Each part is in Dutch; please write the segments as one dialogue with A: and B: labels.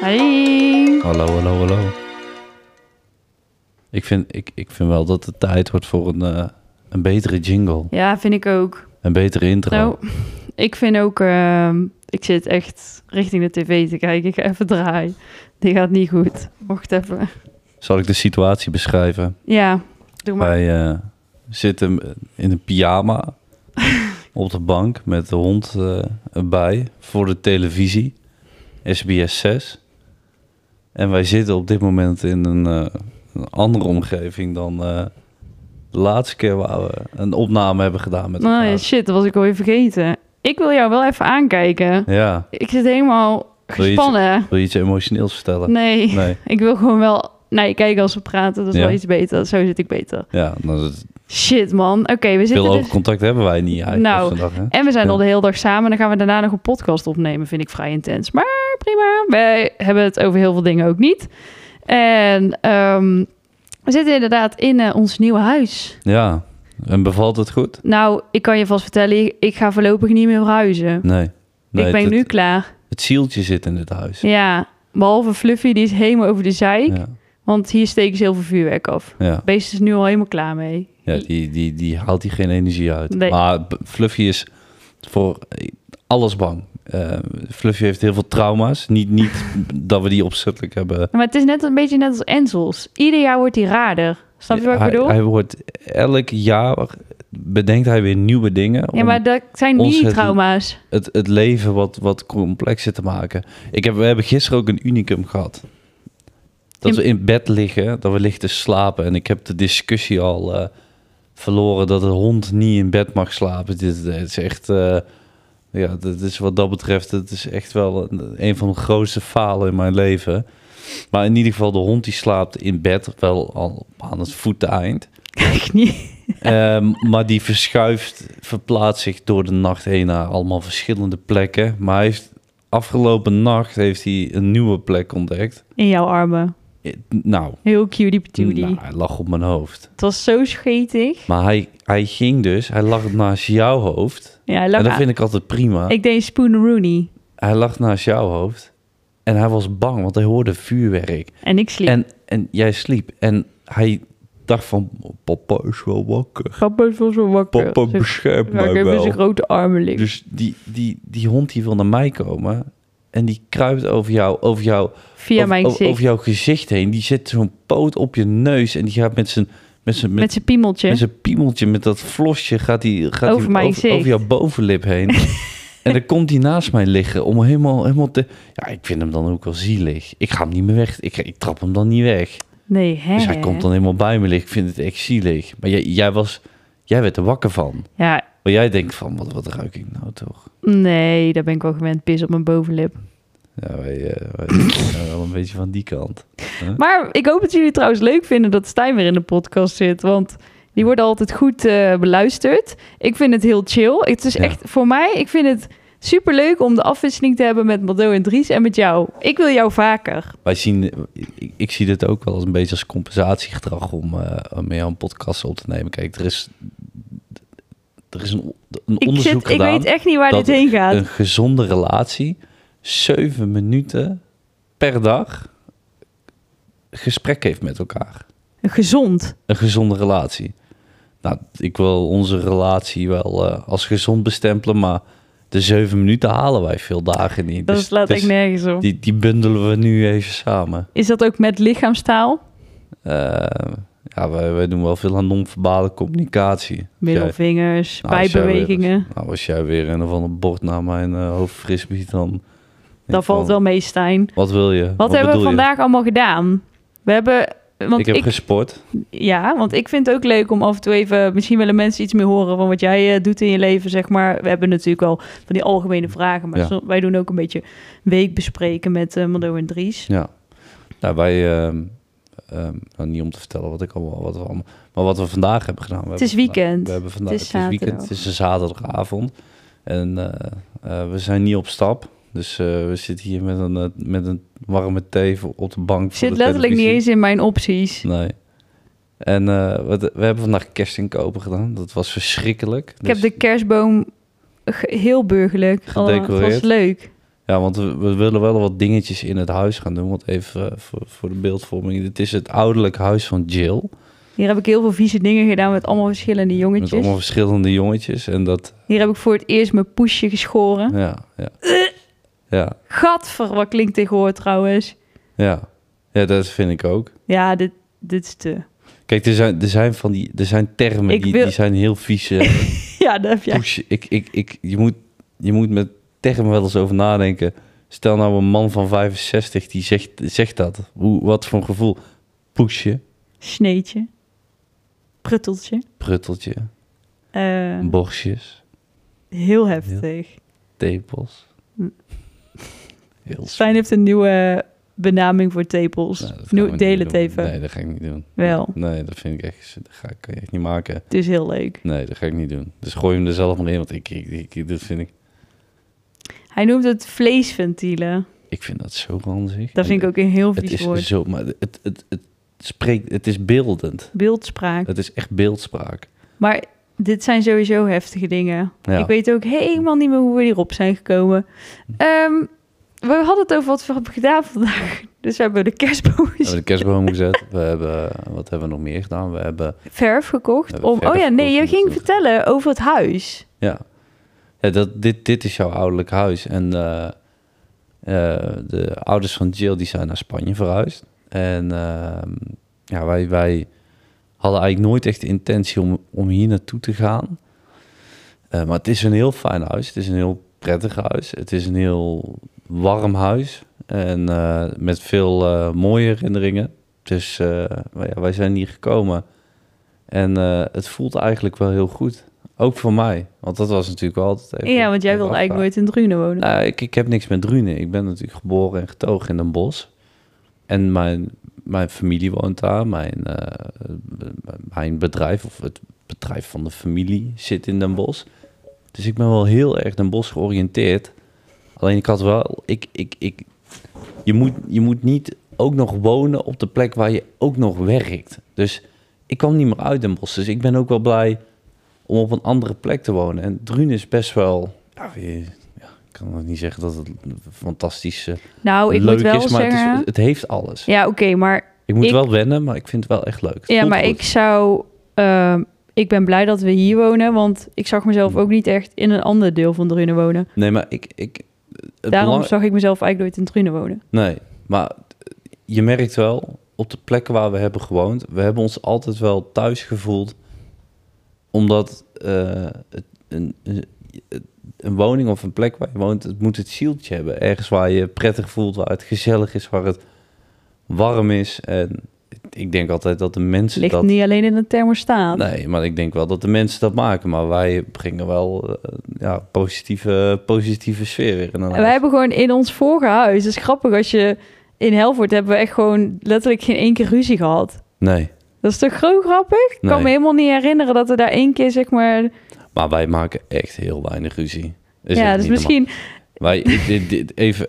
A: Hey.
B: Hallo, hallo, hallo. Ik vind, ik, ik vind wel dat het tijd wordt voor een, eh, een betere jingle.
A: Ja, vind ik ook.
B: Een betere intro.
A: Nou, ik vind ook... ehm, ik zit echt richting de tv te kijken. Ik ga even draaien. Die gaat niet goed. Wacht even.
B: Zal ik de situatie beschrijven?
A: Ja, doe maar.
B: Wij eh, zitten in een pyjama op de bank met de hond eh, erbij voor de televisie. SBS 6. En wij zitten op dit moment in een, eh, een andere omgeving dan eh, de laatste keer waar we een opname hebben gedaan met
A: Nou
B: elkaar.
A: ja, shit, dat was ik alweer vergeten. Ik wil jou wel even aankijken.
B: Ja,
A: Ik zit helemaal
B: je iets-
A: gespannen.
B: wil je iets emotioneels vertellen?
A: Nee,
B: Nee.
A: ik wil gewoon wel naar je kijken als we praten. Dat is
B: Ja.
A: wel iets beter. Zo zit ik beter.
B: Ja, nou, dat,
A: Shit, man. Oké, we zitten
B: veel
A: dus...
B: oog contact hebben wij niet eigenlijk
A: Nou,
B: op zondag, hè?
A: En we zijn
B: Ja.
A: al de hele dag samen. Dan gaan we daarna nog een podcast opnemen. Vind ik vrij intens. Maar prima. Wij hebben het over heel veel dingen ook niet. En ehm, we zitten inderdaad in eh, ons nieuwe huis.
B: Ja, en bevalt het goed?
A: Nou, ik kan je vast vertellen, ik ga voorlopig niet meer verhuizen.
B: Nee. nee
A: ik ben
B: het,
A: nu klaar.
B: Het zieltje zit in dit huis.
A: Ja, behalve Fluffy, die is helemaal over de zeik.
B: Ja,
A: Want hier steken ze heel veel vuurwerk af.
B: ja.
A: Beest is nu al helemaal klaar mee.
B: ja die, die, die haalt hier geen energie uit.
A: Nee.
B: Maar B- Fluffy is voor eh, alles bang. Eh, Fluffy heeft heel veel trauma's. Niet, niet dat we die opzettelijk hebben.
A: Maar het is net een beetje net als Enzels. Ieder jaar wordt hij raarder. Snap je wat ik
B: hij,
A: bedoel?
B: hij wordt elk jaar bedenkt hij weer nieuwe dingen.
A: ja,
B: om-
A: maar dat zijn
B: ons het-
A: mini-trauma's.
B: het, het leven wat, wat complexer te maken. Ik heb, we hebben gisteren ook een unicum gehad. Dat
A: In-
B: we in bed liggen, dat we liggen te slapen. En ik heb de discussie al eh, verloren dat een hond niet in bed mag slapen. Dit, dit is echt, eh, ja, dat is wat dat betreft, het is echt wel een, een van de grootste falen in mijn leven. Maar in ieder geval, de hond die slaapt in bed, wel al aan het voeteneind.
A: Kijk niet.
B: Ehm, maar die verschuift, verplaatst zich door de nacht heen naar allemaal verschillende plekken. Maar hij heeft, afgelopen nacht heeft hij een nieuwe plek ontdekt.
A: In jouw armen.
B: Eh, Nou,
A: Heel cutie patootie.
B: nou, hij lag op mijn hoofd.
A: Het was zo schetig.
B: Maar hij, hij ging dus, hij lag naast jouw hoofd.
A: Ja, hij
B: en dat
A: lag
B: vind ik altijd prima.
A: Ik deed Spoon Rooney.
B: Hij lag naast jouw hoofd. En hij was bang, want hij hoorde vuurwerk.
A: En ik sliep.
B: En, en jij sliep. En hij dacht van, papa is wel wakker.
A: Papa is wel zo wakker.
B: Papa
A: Zo-
B: beschermt
A: Maar ik
B: mij
A: heb in
B: wel.
A: zijn grote armen liggen.
B: Dus die, die, die hond die wil naar mij komen. En die kruipt over jou, over jou,
A: Via
B: over,
A: mijn
B: over-
A: gezicht.
B: over jouw gezicht heen. Die zet zo'n poot op je neus. En die gaat met zijn, met zijn,
A: met
B: met,
A: zijn piemeltje.
B: met zijn piemeltje, met dat flosje, gaat die, gaat
A: Over
B: die
A: mijn
B: over,
A: gezicht.
B: over jouw bovenlip heen. en dan komt hij naast mij liggen om helemaal, helemaal te. Ja, ik vind hem dan ook wel zielig. Ik ga hem niet meer weg. Ik, ik trap hem dan niet weg.
A: Nee, hè?
B: Dus hij komt dan helemaal bij me liggen. Ik vind het echt zielig. Maar jij, jij, was, jij werd er wakker van.
A: Ja,
B: Maar jij denkt van, wat, wat ruik ik nou toch?
A: nee, daar ben ik wel gewend. Pis op mijn bovenlip.
B: Ja, wij, eh, wij zijn wel een beetje van die kant.
A: Maar ik hoop dat jullie het trouwens leuk vinden dat Stijn weer in de podcast zit. Want die worden altijd goed eh, beluisterd. Ik vind het heel chill. Het is
B: Ja.
A: echt voor mij, ik vind het super leuk om de afwisseling te hebben met Mado en Dries en met jou. Ik wil jou vaker.
B: Wij zien, ik, ik zie dit ook wel als een beetje als compensatiegedrag om, eh om met jou een podcast op te nemen. Kijk, er is, er is een, een
A: Ik,
B: onderzoek
A: zit, ik
B: gedaan.
A: weet echt niet waar
B: dat
A: dit heen gaat.
B: Een gezonde relatie, zeven minuten per dag gesprek heeft met elkaar.
A: Gezond.
B: Een gezonde relatie. Nou, ik wil onze relatie wel eh, als gezond bestempelen, maar de zeven minuten halen wij veel dagen niet.
A: Dat
B: Dus-
A: slaat
B: dus-
A: echt nergens op.
B: Die, die bundelen we nu even samen.
A: Is dat ook met lichaamstaal?
B: Eh, ja, wij, wij doen wel veel aan non-verbale communicatie. Als
A: Middelvingers,
B: Nou, als jij
A: bijbewegingen.
B: jij- nou, als jij weer een of ander bord naar mijn eh, hoofd fris biedt, dan... denk
A: Dat
B: ik
A: valt
B: van,
A: wel mee, Stijn.
B: Wat wil je?
A: Wat, hebben we
B: bedoel je?
A: vandaag allemaal gedaan? We hebben... Want
B: ik heb gesport.
A: Ja, want ik vind het ook leuk om af en toe even... Misschien willen mensen iets meer horen van wat jij eh, doet in je leven, zeg maar. We hebben natuurlijk al van die algemene vragen. Maar
B: Ja.
A: zo- wij doen ook een beetje weekbespreken met eh Mando en Dries.
B: Ja. Nou, wij... ehm, ehm, nou, niet om te vertellen wat ik allemaal... Wat we allemaal maar wat we vandaag hebben gedaan. We
A: Het
B: hebben
A: is
B: vandaag-
A: weekend.
B: we hebben vandaag,
A: Het
B: het
A: is
B: is, weekend.
A: zaterdag.
B: Het is een zaterdagavond. En eh, eh, we zijn niet op stap. Dus eh, we zitten hier met een, eh, met een warme thee voor- op de bank.
A: Ik
B: voor
A: zit
B: de
A: letterlijk niet
B: televisie.
A: eens in mijn opties.
B: Nee. En eh, wat- we hebben vandaag kerstinkopen gedaan. Dat was verschrikkelijk. Dus-
A: Ik heb de kerstboom ge- heel burgerlijk. Oh, het was
B: Gedecoreerd.
A: leuk.
B: Ja, want we, we willen wel wat dingetjes in het huis gaan doen. Want even eh, voor, voor de beeldvorming. Dit is het ouderlijk huis van Jill.
A: Hier heb ik heel veel vieze dingen gedaan met allemaal verschillende jongetjes.
B: Met allemaal verschillende jongetjes. En dat,
A: Hier heb ik voor het eerst mijn poesje geschoren.
B: ja, ja. Ja,
A: Gadver, wat klinkt tegenwoordig trouwens.
B: ja. Ja, dat vind ik ook.
A: Ja, dit, dit is te...
B: Kijk, er zijn, er zijn, van die, er zijn termen
A: Ik
B: die,
A: wil-
B: die zijn heel vies. eh,
A: Ja, dat heb jij.
B: Poesje. Ik, ik, ik, je, moet, je moet met termen wel eens over nadenken. Stel nou een man van 65 die zegt, zegt dat. Hoe, wat voor een gevoel? Poesje,
A: Sneetje. Prutteltje.
B: prutteltje,
A: Eh,
B: borstjes,
A: heel heftig.
B: tepels.
A: Hm.
B: Heel
A: Stijn heeft een nieuwe benaming voor tepels.
B: Nou, dat gaan we
A: Nieuw,
B: niet
A: deel het
B: doen.
A: even.
B: Nee, dat ga ik niet doen.
A: Wel.
B: Nee, dat vind ik echt, dat ga ik, kan je echt niet maken.
A: Het is heel leuk.
B: Nee, dat ga ik niet doen. Dus gooi hem er zelf maar in, want ik, ik, ik, ik- dat vind ik,
A: Hij noemt het vleesventielen.
B: ik vind dat zo ranzig.
A: Dat vind ik
B: En
A: ook een heel
B: Het
A: vies
B: is dus-
A: woord.
B: zo, maar het, het, het, het spreekt, het is beeldend.
A: Beeldspraak.
B: Het is echt beeldspraak.
A: Maar dit zijn sowieso heftige dingen.
B: Ja.
A: Ik weet ook helemaal niet meer hoe we hierop zijn gekomen. Ehm, we hadden het over wat we hebben gedaan vandaag. Dus we hebben de kerstboom
B: We hebben de kerstboom gezet. We hebben, wat hebben we nog meer gedaan? We hebben,
A: verf gekocht.
B: We hebben
A: om,
B: verf
A: oh ja, nee,
B: gekocht,
A: je ging
B: natuurlijk.
A: vertellen over het huis.
B: ja. ja dat, dit, dit is jouw ouderlijk huis. En eh, eh, de ouders van Jill die zijn naar Spanje verhuisd. En ehm, ja, wij, wij hadden eigenlijk nooit echt de intentie om, om hier naartoe te gaan. Eh, maar het is een heel fijn huis. Het is een heel prettig huis. Het is een heel warm huis. En eh, met veel eh, mooie herinneringen. Dus eh, maar ja, wij zijn hier gekomen. En eh, het voelt eigenlijk wel heel goed. Ook voor mij. Want dat was natuurlijk wel altijd even-
A: ja, want jij
B: even
A: wilde
B: afvragen.
A: eigenlijk nooit in Drunen wonen.
B: Nou, ik, ik heb niks met Drunen. Ik ben natuurlijk geboren en getogen in Den Bosch. En mijn, mijn familie woont daar. Mijn, eh, mijn bedrijf, of het bedrijf van de familie, zit in Den Bosch. Dus ik ben wel heel erg Den Bosch georiënteerd. Alleen ik had wel... Ik, ik, ik, je, moet, je moet niet ook nog wonen op de plek waar je ook nog werkt. Dus ik kwam niet meer uit Den Bosch. Dus ik ben ook wel blij om op een andere plek te wonen. En Drunen is best wel... Ja, je- ja, ik kan nog niet zeggen dat het fantastisch eh,
A: Nou, ik
B: leuk
A: moet wel
B: is, maar het, is-
A: zeggen...
B: het heeft alles.
A: Ja, oké, maar,
B: Ik moet
A: ik-
B: wel wennen, maar ik vind het wel echt leuk. Het
A: ja,
B: voelt
A: maar
B: goed.
A: ik zou... ehm, ik ben blij dat we hier wonen, want ik zag mezelf
B: Hmm.
A: ook niet echt in een ander deel van Drunen wonen.
B: Nee, maar ik... ik het
A: Daarom
B: belang-
A: zag ik mezelf eigenlijk nooit in Drunen wonen.
B: Nee, maar je merkt wel, op de plekken waar we hebben gewoond... we hebben ons altijd wel thuis gevoeld... omdat eh, het, een, een, een woning of een plek waar je woont... het moet het zieltje hebben. Ergens waar je prettig voelt, waar het gezellig is... waar het warm is. En ik denk altijd dat de mensen
A: Ligt
B: dat...
A: niet alleen in een thermostaat.
B: Nee, maar ik denk wel dat de mensen dat maken. Maar wij brengen wel eh, ja, positieve, positieve sfeer weer in
A: En
B: een huis.
A: wij hebben gewoon in ons vorige huis, dat is grappig, als je in Helvoort hebben we echt gewoon letterlijk geen één keer ruzie gehad.
B: Nee,
A: Dat is toch gewoon grappig? Ik kan
B: nee.
A: me helemaal niet herinneren dat we daar één keer, zeg maar...
B: maar wij maken echt heel weinig ruzie. Is
A: ja,
B: echt
A: dus
B: niet normaal.
A: misschien...
B: Wij, dit, dit- even,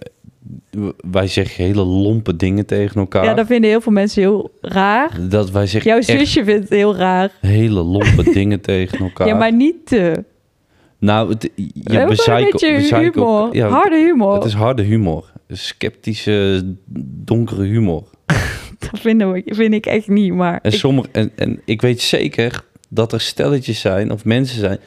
B: wij zeggen hele lompe dingen tegen elkaar.
A: Ja, dat vinden heel veel mensen heel raar.
B: Dat wij zeggen
A: Jouw
B: echt
A: zusje vindt het heel raar.
B: hele lompe dingen tegen elkaar.
A: Ja, maar niet te.
B: Nou, het,
A: We
B: je
A: hebben gewoon een
B: bezeiken-
A: beetje
B: bezeiken elkaar-
A: humor.
B: Ja,
A: Harde humor.
B: het is harde humor. Sceptische, donkere humor.
A: Dat vinden we, vind ik echt niet, maar...
B: En,
A: ik-
B: sommige, en, en ik weet zeker dat er stelletjes zijn of mensen zijn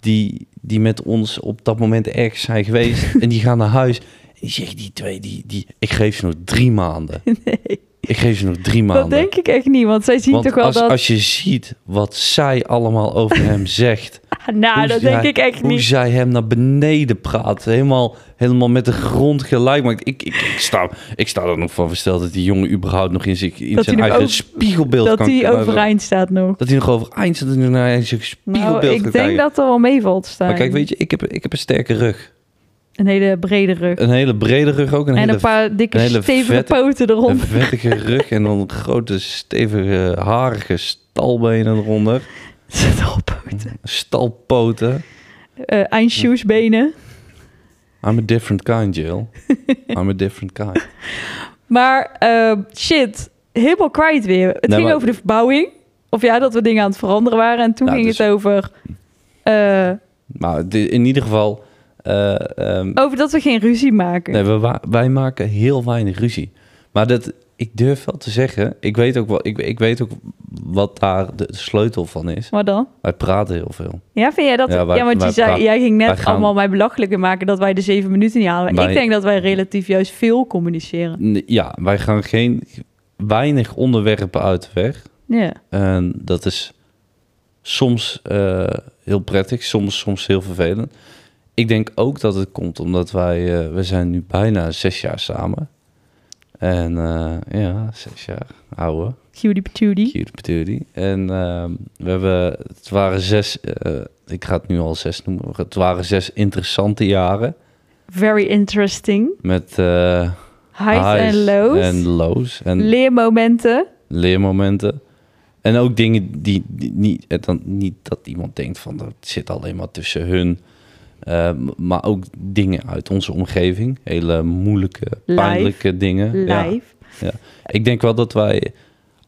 B: die, die met ons op dat moment ergens zijn geweest en die gaan naar huis. En die zeggen die twee, die, die, ik geef ze nog drie maanden.
A: nee,
B: Ik geef ze nog drie maanden.
A: dat denk ik echt niet, want zij zien
B: Want
A: toch wel
B: als,
A: dat...
B: als je ziet wat zij allemaal over hem zegt.
A: Ah, nou,
B: hoe
A: dat
B: zij-
A: denk ik echt
B: Hoe
A: niet.
B: zij hem naar beneden praat. Helemaal, helemaal met de grond gelijk maakt. Ik, ik, ik, sta, ik sta er nog van versteld dat die jongen überhaupt nog in, zich, in
A: Dat
B: zijn
A: hij nog
B: eigen
A: over-
B: spiegelbeeld
A: Dat
B: kan
A: die
B: kan-
A: overeind staat nog.
B: dat hij nog overeind zit en naar een
A: Nou,
B: spiegelbeeld
A: ik denk
B: gaat kijken.
A: dat eh, er wel mee valt staan.
B: Maar kijk, weet je, ik heb, ik heb een sterke rug.
A: Een hele brede rug.
B: Een hele brede rug ook. Een
A: en
B: hele
A: een paar dikke
B: een hele
A: stevige
B: vette-
A: poten
B: een
A: eronder.
B: vettige rug en dan grote, stevige, harige stalbenen eronder.
A: Zet al poten.
B: Stalpoten.
A: Eh, Eindshoesbenen.
B: I'm a different kind, Jill. I'm a different kind.
A: Maar eh, shit, helemaal kwijt weer. Het
B: Nee,
A: ging
B: maar-
A: over de verbouwing. Of ja, dat we dingen aan het veranderen waren. En toen
B: Nou,
A: ging
B: dus-
A: het over... eh,
B: Maar het- in ieder geval, eh, ehm,
A: Over dat we geen ruzie maken.
B: nee, we wa- wij maken heel weinig ruzie. Maar dat, ik durf wel te zeggen, ik weet ook, wel, ik, ik weet ook wat daar de sleutel van is.
A: Maar dan?
B: Wij praten heel veel.
A: Ja, vind jij dat?
B: Ja,
A: Ja,
B: wij-
A: want
B: wij
A: je zei,
B: praten-
A: jij ging
B: wij
A: net
B: gaan-
A: allemaal mij belachelijker maken dat wij de zeven minuten niet halen.
B: Wij-
A: Ik denk dat wij relatief juist veel communiceren.
B: N- Ja, wij gaan geen, weinig onderwerpen uit de weg.
A: Ja.
B: En dat is soms eh, heel prettig, soms, soms heel vervelend. Ik denk ook dat het komt omdat wij, eh, we zijn nu bijna zes jaar samen. En eh, ja, zes jaar, ouwe,
A: Cutie patootie.
B: cute patootie. En ehm, we hebben, het waren zes, eh, ik ga het nu al zes noemen, maar het waren zes interessante jaren.
A: Very interesting.
B: Met eh
A: Highs
B: highs
A: en lows.
B: En lows. En
A: Leermomenten.
B: leermomenten. En ook dingen die, die niet, het dan, niet dat iemand denkt van dat zit alleen maar tussen hun. Eh, m- maar ook dingen uit onze omgeving. Hele moeilijke,
A: Live.
B: pijnlijke dingen. Ja.
A: Live.
B: Ik denk wel dat wij,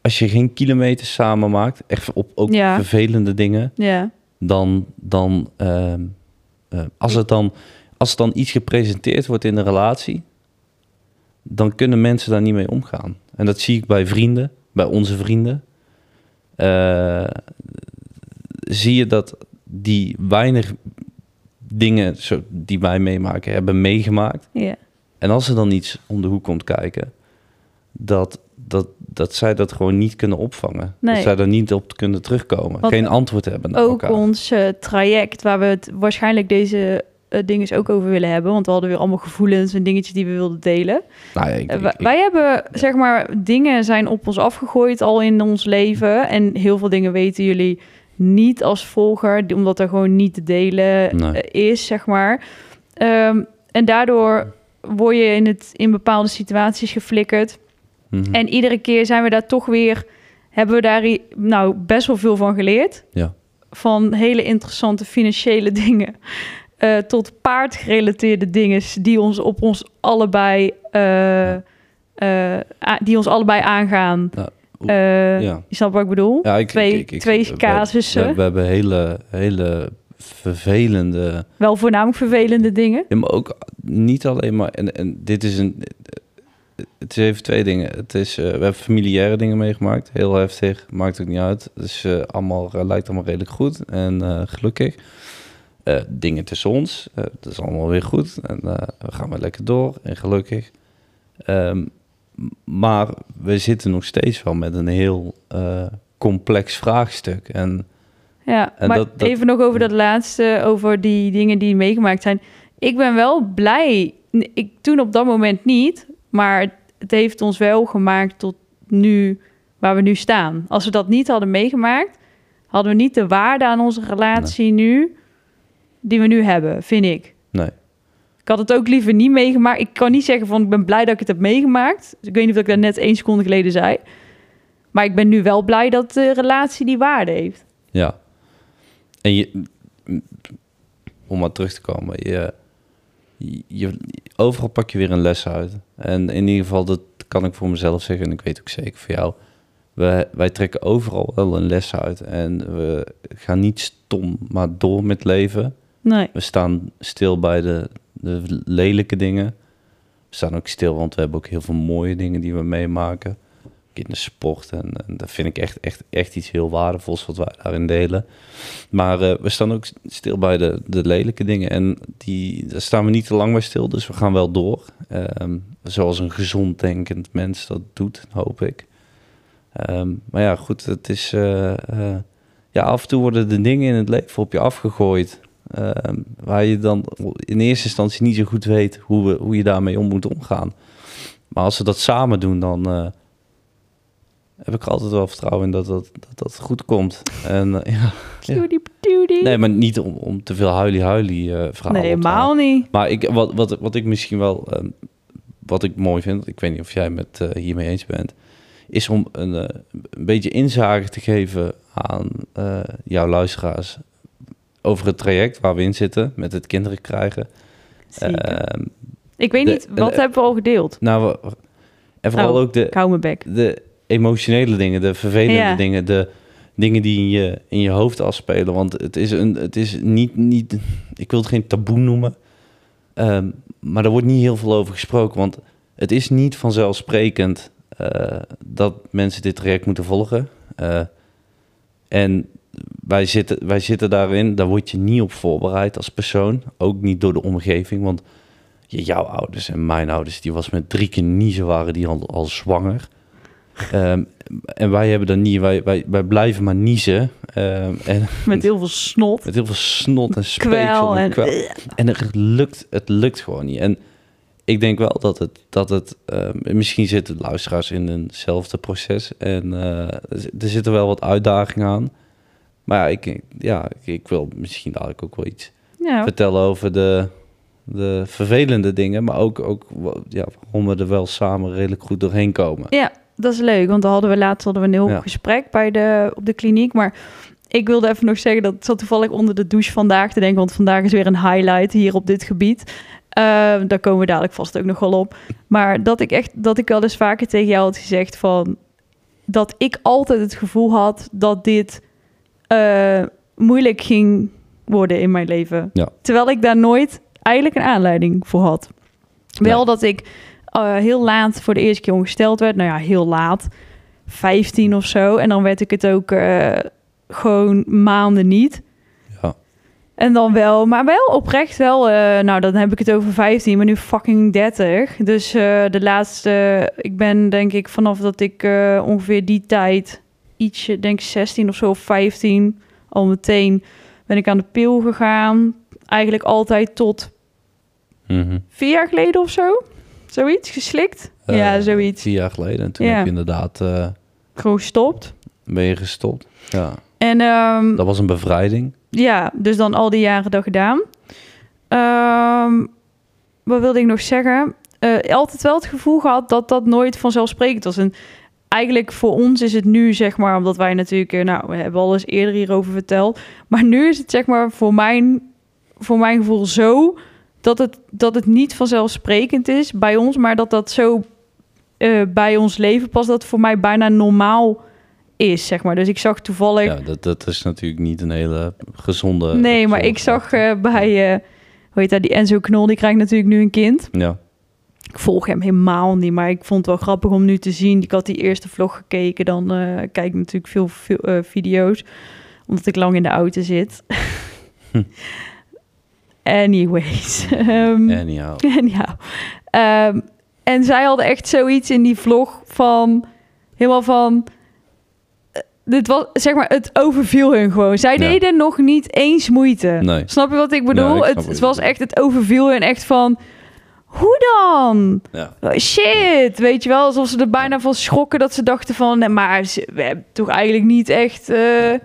B: als je geen kilometer samen maakt, echt op ook
A: Ja.
B: vervelende dingen,
A: Ja.
B: dan, dan ehm, eh, als het dan, als er dan iets gepresenteerd wordt in de relatie, dan kunnen mensen daar niet mee omgaan. En dat zie ik bij vrienden, bij onze vrienden. Eh, zie je dat die weinig dingen zo, die wij meemaken hebben meegemaakt.
A: Ja.
B: En als er dan iets om de hoek komt kijken, dat, dat, dat zij dat gewoon niet kunnen opvangen.
A: Nee.
B: Dat zij daar niet op kunnen terugkomen.
A: Want
B: Geen antwoord hebben naar
A: Ook
B: elkaar.
A: ons eh, traject waar we het waarschijnlijk deze eh, dingen ook over willen hebben. Want we hadden weer allemaal gevoelens en dingetjes die we wilden delen.
B: Nou ja, ik,
A: Eh,
B: ik-
A: wa-
B: ik-
A: wij hebben, zeg maar, dingen zijn op ons afgegooid al in ons leven. En heel veel dingen weten jullie niet als volger, die- omdat er gewoon niet te delen
B: Nee.
A: eh, is, zeg maar. Ehm, en daardoor word je in, het, in bepaalde situaties geflikkerd.
B: Mhm.
A: eh, En iedere keer zijn we daar toch weer, hebben we daar i- nou best wel veel van geleerd.
B: Ja.
A: Van hele interessante financiële dingen eh, tot paardgerelateerde dingen die ons op ons allebei, eh, eh, a- die ons allebei aangaan.
B: Nou, hoe-
A: Eh,
B: ja.
A: Je snapt wat ik bedoel?
B: Ja, ik-
A: twee
B: ik- ik- ik-
A: twee
B: we-
A: casussen,
B: We, we hebben hele, hele vervelende,
A: wel voornamelijk vervelende dingen.
B: ja, maar ook niet alleen maar. En, en dit is een. Het is even twee dingen. Het is, eh, we hebben familiaire dingen meegemaakt, heel heftig, maakt ook niet uit. Het is eh, allemaal eh, lijkt allemaal redelijk goed en eh, gelukkig. Eh, dingen tussen ons, eh, het is allemaal weer goed en eh, we gaan weer lekker door en gelukkig. Ehm, m- maar we zitten nog steeds wel met een heel eh, complex vraagstuk en
A: Ja,
B: En
A: maar
B: dat- dat-
A: even nog over dat laatste, over die dingen die meegemaakt zijn. Ik ben wel blij. N- Ik, toen op dat moment niet, maar het- het heeft ons wel gemaakt tot nu waar we nu staan. Als we dat niet hadden meegemaakt, hadden we niet de waarde aan onze relatie nu die we nu hebben, vind ik.
B: Nee.
A: Ik had het ook liever niet meegemaakt. Ik kan niet zeggen van ik ben blij dat ik het heb meegemaakt. Dus Ik weet niet of ik dat net één seconde geleden zei. Maar ik ben nu wel blij dat de relatie die waarde heeft.
B: Ja. En je, om maar terug te komen, je, je, overal pak je weer een les uit. En in ieder geval, dat kan ik voor mezelf zeggen en ik weet ook zeker voor jou. Wij, wij trekken overal wel een les uit en we gaan niet stom, maar door met leven.
A: Nee.
B: We staan stil bij de, de lelijke dingen. We staan ook stil, want we hebben ook heel veel mooie dingen die we meemaken. Ook In de sport. En, en dat vind ik echt, echt, echt iets heel waardevols wat wij daarin delen. Maar eh, we staan ook stil bij de, de lelijke dingen. En die, daar staan we niet te lang bij stil, dus we gaan wel door. Ehm, zoals een gezond denkend mens dat doet, hoop ik. Ehm, maar ja, goed, het is... eh, eh, ja, af en toe worden de dingen in het leven op je afgegooid. Ehm, waar je dan in eerste instantie niet zo goed weet hoe, we, hoe je daarmee om moet omgaan. Maar als ze dat samen doen, dan eh, heb ik er altijd wel vertrouwen in dat dat, dat, dat goed komt. En, eh, ja.
A: Cutie patootie.
B: Nee, maar niet om, om te veel huilie-huilie eh verhalen
A: Nee,
B: op te halen.
A: helemaal niet.
B: Maar ik, wat, wat, wat ik misschien wel ehm, wat ik mooi vind, ik weet niet of jij met eh, hiermee eens bent, is om een, eh, een beetje inzage te geven aan eh, jouw luisteraars over het traject waar we in zitten met het kinderen krijgen.
A: Zeker.
B: Ehm,
A: ik weet
B: de-
A: niet, wat
B: de- eh,
A: hebben we al gedeeld?
B: nou, we- en vooral
A: Nou,
B: ook de,
A: Ik hou mijn bek.
B: de emotionele dingen, de vervelende
A: Ja.
B: dingen, de dingen die in je, in je hoofd afspelen. Want het is, een, het is niet, niet, ik wil het geen taboe noemen, Ehm, maar daar wordt niet heel veel over gesproken, want het is niet vanzelfsprekend eh, dat mensen dit traject moeten volgen. Eh, en wij zitten, wij zitten daarin, daar word je niet op voorbereid als persoon, ook niet door de omgeving, want ja, jouw ouders en mijn ouders, die was met drie keer niezen waren die al, al zwanger. Ehm, en wij hebben dat niet, wij, wij, wij blijven maar niezen. Ehm, en
A: Met heel veel snot.
B: met heel veel snot en speeksel
A: Kwel
B: en,
A: en...
B: kwel. En het lukt, het lukt gewoon niet. En ik denk wel dat het, dat het ehm, misschien zitten luisteraars in eenzelfde proces. En eh, er zi- er zitten wel wat uitdagingen aan. Maar ja, ik, ja, ik, ik wil misschien dadelijk ook wel iets
A: Ja,
B: vertellen over de, de vervelende dingen. Maar ook, ook wa- ja, waarom we er wel samen redelijk goed doorheen komen.
A: Ja, dat is leuk. Want dan hadden we laatst hadden we een heel
B: Ja.
A: gesprek bij de, op de kliniek. Maar ik wilde even nog zeggen dat ik zat toevallig onder de douche vandaag te denken. Want vandaag is weer een highlight hier op dit gebied. Eh, daar komen we dadelijk vast ook nog wel op. Maar dat ik echt dat ik wel eens vaker tegen jou had gezegd van dat ik altijd het gevoel had dat dit eh, moeilijk ging worden in mijn leven.
B: Ja.
A: Terwijl ik daar nooit eigenlijk een aanleiding voor had. Wel
B: Nee.
A: dat ik eh, heel laat voor de eerste keer ongesteld werd. Nou ja, heel laat. 15 of zo. En dan werd ik het ook eh, gewoon maanden niet.
B: Ja.
A: En dan wel, maar wel oprecht wel. eh, nou, dan heb ik het over 15, maar nu fucking 30. Dus eh, de laatste, ik ben denk ik vanaf dat ik eh, ongeveer die tijd, ietsje, denk 16 of zo, of 15, al meteen ben ik aan de pil gegaan. Eigenlijk altijd tot
B: Mhm.
A: vier jaar geleden of zo. Zoiets, geslikt.
B: Eh,
A: ja, zoiets.
B: Vier jaar geleden. En toen
A: Ja.
B: heb je inderdaad eh
A: Gewoon gestopt.
B: ben je gestopt. Ja.
A: En ehm,
B: Dat was een bevrijding.
A: ja, dus dan al die jaren dat gedaan. Ehm, wat wilde ik nog zeggen? Eh, altijd wel het gevoel gehad dat dat nooit vanzelfsprekend was. En eigenlijk voor ons is het nu, zeg maar, omdat wij natuurlijk, eh, nou, we hebben al eens eerder hierover verteld. Maar nu is het, zeg maar, voor mijn, voor mijn gevoel zo dat het, dat het niet vanzelfsprekend is bij ons, maar dat dat zo eh, bij ons leven past, dat het voor mij bijna normaal is, zeg maar. Dus ik zag toevallig
B: Ja, dat, dat is natuurlijk niet een hele gezonde...
A: Nee, maar
B: gezonde
A: ik zag
B: gedachte.
A: eh, bij, eh, hoe heet dat, die Enzo Knol, die krijgt natuurlijk nu een kind.
B: Ja,
A: Ik volg hem helemaal niet, maar ik vond het wel grappig om nu te zien. Ik had die eerste vlog gekeken, dan eh, kijk ik natuurlijk veel, vi- eh, video's, omdat ik lang in de auto zit. Anyways. ehm,
B: anyhow.
A: en ja. Ehm, en zij hadden echt zoiets in die vlog van helemaal van. eh, Dit was zeg maar, het overviel hun gewoon. Zij
B: Ja.
A: deden nog niet eens moeite.
B: Nee.
A: Snap je wat ik
B: Nee,
A: bedoel?
B: ik
A: het,
B: snap wat
A: het
B: je
A: was
B: bedoelt.
A: echt, het overviel hun echt van. Hoe dan?
B: Ja.
A: Shit, weet je wel, alsof ze er bijna van schrokken dat ze dachten van, nee, maar ze- we hebben toch eigenlijk niet echt. eh,
B: Nee,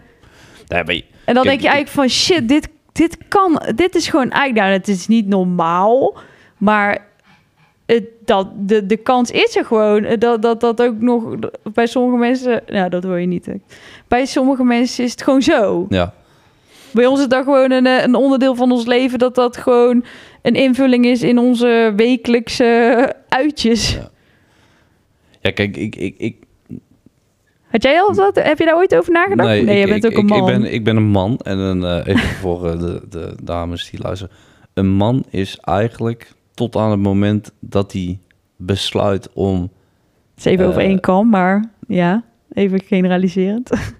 B: maar je-
A: en dan
B: Kijk,
A: denk je
B: ik-
A: eigenlijk van shit, dit, dit kan, dit is gewoon eigenlijk, nou, het is niet normaal, maar het, dat, de, de kans is er gewoon eh, dat, dat dat ook nog bij sommige mensen, nou dat hoor je niet, hè. bij sommige mensen is het gewoon zo.
B: ja.
A: Bij ons is dat gewoon een, eh, een onderdeel van ons leven, dat dat gewoon een invulling is in onze wekelijkse uitjes.
B: Ja. ja, kijk, ik... ik, ik
A: Had jij al dat? Heb je daar ooit over nagedacht? Nee, je
B: ik-
A: bent
B: ik-
A: ook een
B: ik-
A: man.
B: Ik ben, ik ben een man. En een, eh, even voor eh, de, de dames die luisteren. Een man is eigenlijk tot aan het moment dat hij besluit om...
A: Het is even over
B: eh,
A: één kam, maar ja, even generaliserend.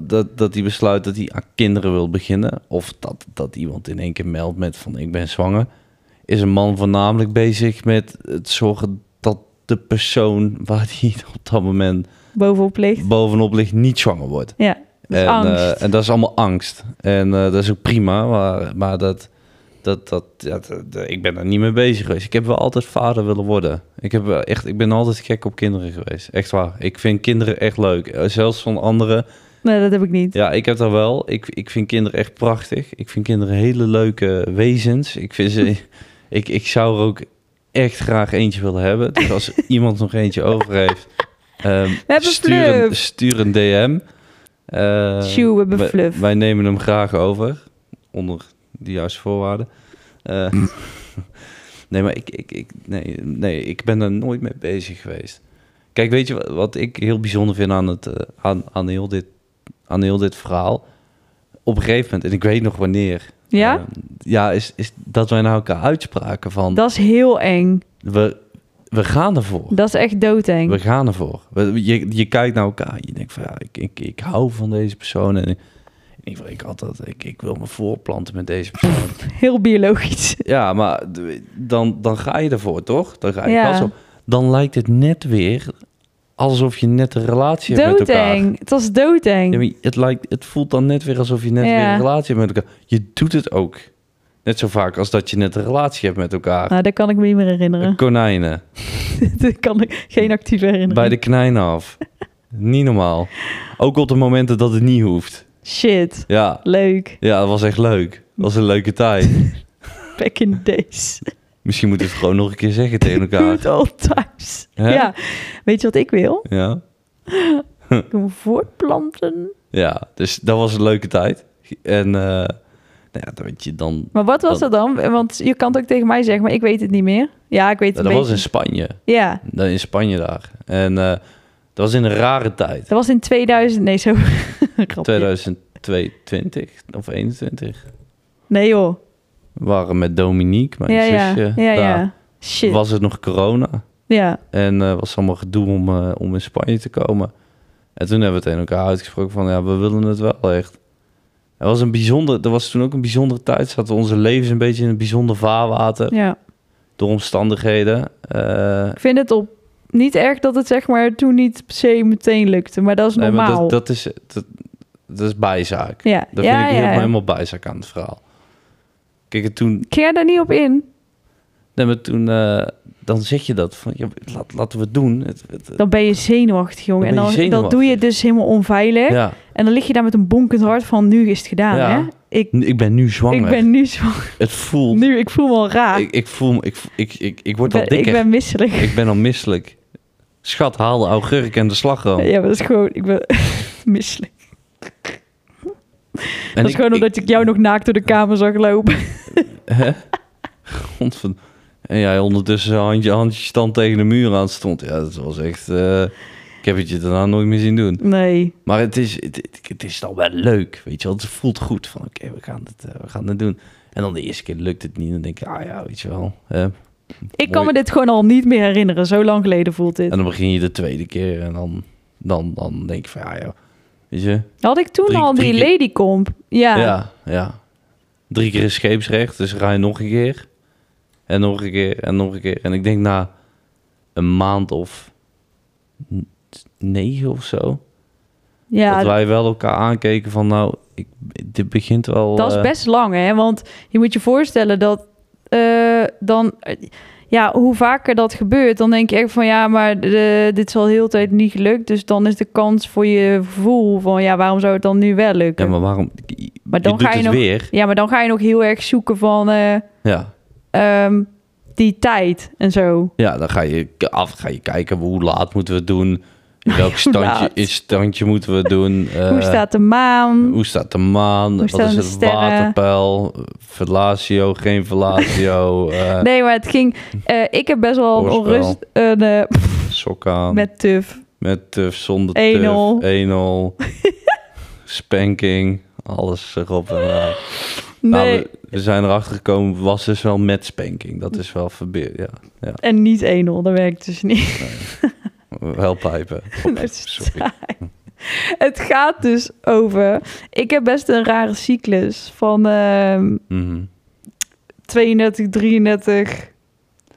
B: Dat, dat hij besluit dat hij aan kinderen wil beginnen. Of dat, dat iemand in één keer meldt met van ik ben zwanger. Is een man voornamelijk bezig met het zorgen dat de persoon waar hij op dat moment
A: Bovenop ligt.
B: bovenop ligt niet zwanger wordt.
A: Ja, dat is
B: en,
A: angst.
B: eh, en dat is allemaal angst. En eh, dat is ook prima, maar, maar dat, dat, dat, dat, dat- ik ben daar niet mee bezig geweest. Ik heb wel altijd vader willen worden. Ik, heb wel echt, ik ben altijd gek op kinderen geweest. Echt waar. Ik vind kinderen echt leuk. Eh, Zelfs van anderen.
A: nee, dat heb ik niet.
B: Ja, ik heb dat wel. Ik, ik vind kinderen echt prachtig. Ik vind kinderen hele leuke wezens. Ik, vind ze, ik, ik zou er ook echt graag eentje willen hebben. Dus als iemand nog eentje over heeft, ehm,
A: hebben
B: stuur, een,
A: Fluff.
B: stuur een DM. Eh,
A: Sjoe, we hebben
B: wij-
A: Fluff.
B: Wij nemen hem graag over, onder de juiste voorwaarden. Eh, nee, maar ik, ik, ik, nee, nee, ik ben er nooit mee bezig geweest. Kijk, weet je wat, wat ik heel bijzonder vind aan, het, eh, aan, aan, heel dit, aan heel dit verhaal? Op een gegeven moment, en ik weet nog wanneer,
A: Ja?
B: Eh, ja, is, is dat wij naar elkaar uitspraken van...
A: dat is heel eng.
B: We, we gaan ervoor.
A: Dat is echt doodeng.
B: We gaan ervoor. We- Je, je kijkt naar elkaar. Je denkt van ja, ik, ik, ik hou van deze persoon. En ik, ik, ik, had dat, ik, ik wil me voorplanten met deze persoon.
A: Heel biologisch.
B: ja, maar d- dan, dan ga je ervoor, toch? Dan ga je
A: Ja.
B: gas op. Dan lijkt het net weer alsof je net een relatie hebt met elkaar.
A: Doodeng. Het was doodeng.
B: Ja, maar het, lijkt, het voelt dan net weer alsof je net
A: Ja.
B: weer een relatie hebt met elkaar. Je doet het ook. Net zo vaak als dat je net een relatie hebt met elkaar.
A: Nou, dat kan ik me niet meer herinneren.
B: Konijnen.
A: dat kan ik geen actieve herinnering.
B: Bij de knijnen af. niet normaal. Ook op de momenten dat het niet hoeft.
A: Shit.
B: Ja,
A: Leuk.
B: ja dat was echt leuk. Dat was een leuke tijd.
A: Back in the days.
B: Misschien moeten we het gewoon nog een keer zeggen tegen elkaar.
A: Good old times.
B: Hè?
A: Ja. Weet je wat ik wil?
B: Ja.
A: Ik wil me voortplanten.
B: ja, dus dat was een leuke tijd. En eh, nou ja, dan weet je dan...
A: Maar wat was
B: Dat-
A: dat dan? Want je kan het ook tegen mij zeggen, maar ik weet het niet meer. Ja, ik weet het
B: Dat
A: een
B: was in
A: beetje.
B: Spanje.
A: Ja,
B: Dan in Spanje daar. En eh, dat was in een rare tijd.
A: dat was in 2000. Nee, zo. Grapje.
B: 2022 of 21
A: Nee joh.
B: We waren met Dominique, mijn
A: ja, ja.
B: zusje.
A: Ja,
B: daar.
A: ja. Shit.
B: Was het nog corona?
A: Ja.
B: En eh was allemaal gedoe om, eh, om in Spanje te komen. En toen hebben we tegen elkaar uitgesproken van... ja, we willen het wel echt. Er was, een bijzonder, er was toen ook een bijzondere tijd. Zaten onze levens een beetje in een bijzonder vaarwater...
A: ja.
B: door omstandigheden. Eh,
A: Ik vind het op. Niet erg dat het zeg maar toen niet per se meteen lukte, maar dat is
B: nee, maar
A: normaal.
B: dat, dat, is, dat, dat is bijzaak.
A: ja,
B: Dat
A: ja,
B: vind ik
A: ja,
B: heel-
A: ja.
B: helemaal bijzaak aan het verhaal. Kijk, en toen,
A: Ik ga daar niet op in.
B: Nee, maar toen... eh, dan zeg je dat van... Ja, laat, laten we het doen. Het, het- het-
A: Dan ben je zenuwachtig, jongen.
B: Dan ben je
A: en dan, dan doe je het dus helemaal onveilig.
B: ja,
A: En dan lig je daar met een bonkend hart van... nu is het gedaan,
B: Ja.
A: hè? Ik,
B: ik ben nu zwanger.
A: ik ben nu zwanger.
B: Het voelt...
A: Nu, ik voel me al raar.
B: Ik, ik voel me... Ik, vo- ik, ik, ik word al
A: ben, Ah. ik
B: dikker.
A: ben misselijk.
B: Ik ben al misselijk. Schat, haal de augurk en de slagroom.
A: Ja, maar dat is gewoon... Ik ben misselijk.
B: en
A: dat is gewoon omdat ik, jou nog naakt door de kamer zag lopen.
B: Hè? Godverd- En jij ondertussen een handje, handje stand tegen de muur aan stond. Ja, dat was echt... eh, ik heb het je daarna nooit meer zien doen.
A: Nee.
B: Maar het is, het, het- het is dan wel leuk, weet je wel. Het voelt goed van, oké, we gaan het eh, we gaan het doen. En dan de eerste keer lukt het niet. Dan denk ik, ah ja, weet je wel. hè.
A: Ik kan
B: Mooi.
A: me dit gewoon al niet meer herinneren. Zo lang geleden voelt dit.
B: En dan begin je de tweede keer en dan, dan, dan denk ik van, ja joh, weet je.
A: Had ik toen
B: Drie-
A: al die
B: drie keer-
A: ladycomp? Ja.
B: Ja. ja, Drie keer is scheepsrecht, dus ga je nog een keer. En nog een keer en nog een keer. En ik denk na een maand of n- negen of zo,
A: Ja,
B: dat wij wel elkaar aankeken van, nou, ik, dit begint wel...
A: Dat is
B: eh,
A: best lang, hè? Want je moet je voorstellen dat eh, dan... eh, Ja, hoe vaker dat gebeurt, dan denk je echt van... Ja, maar de- dit is al heel de tijd niet gelukt. Dus dan is de kans voor je gevoel van... Ja, waarom zou het dan nu wel lukken?
B: Ja, maar waarom?
A: Maar dan
B: je doet
A: ga je
B: het
A: nog-
B: weer.
A: Ja, maar dan ga je nog heel erg zoeken van eh,
B: Ja.
A: ehm, die tijd en zo.
B: ja, dan ga je k- af, ga je kijken hoe laat moeten we het doen. In welk standje,
A: laat.
B: in standje moeten we het doen. eh,
A: hoe staat de maan?
B: hoe staat de maan? Wat
A: staan
B: is
A: de
B: het
A: sterren?
B: waterpeil? Verlatio, geen verlatio? eh
A: nee, maar het ging... eh, ik heb best wel een
B: Hoorspel.
A: onrust... Een, eh,
B: Sok aan. Met,
A: met tuf.
B: tuf, zonder
A: 1-0.
B: tuf. 1-0. Spanking. Alles erop en eraan. Nou,
A: Nee,
B: we, we zijn erachter gekomen, was dus wel met spanking. Dat is wel verbeerd, ja.
A: en niet 1-0. Dat werkt dus niet.
B: Wel pijpen.
A: Nou, het is
B: Oh, Sorry.
A: saai. Het gaat dus over. Ik heb best een rare cyclus van ehm,
B: Mhm.
A: 32, 33.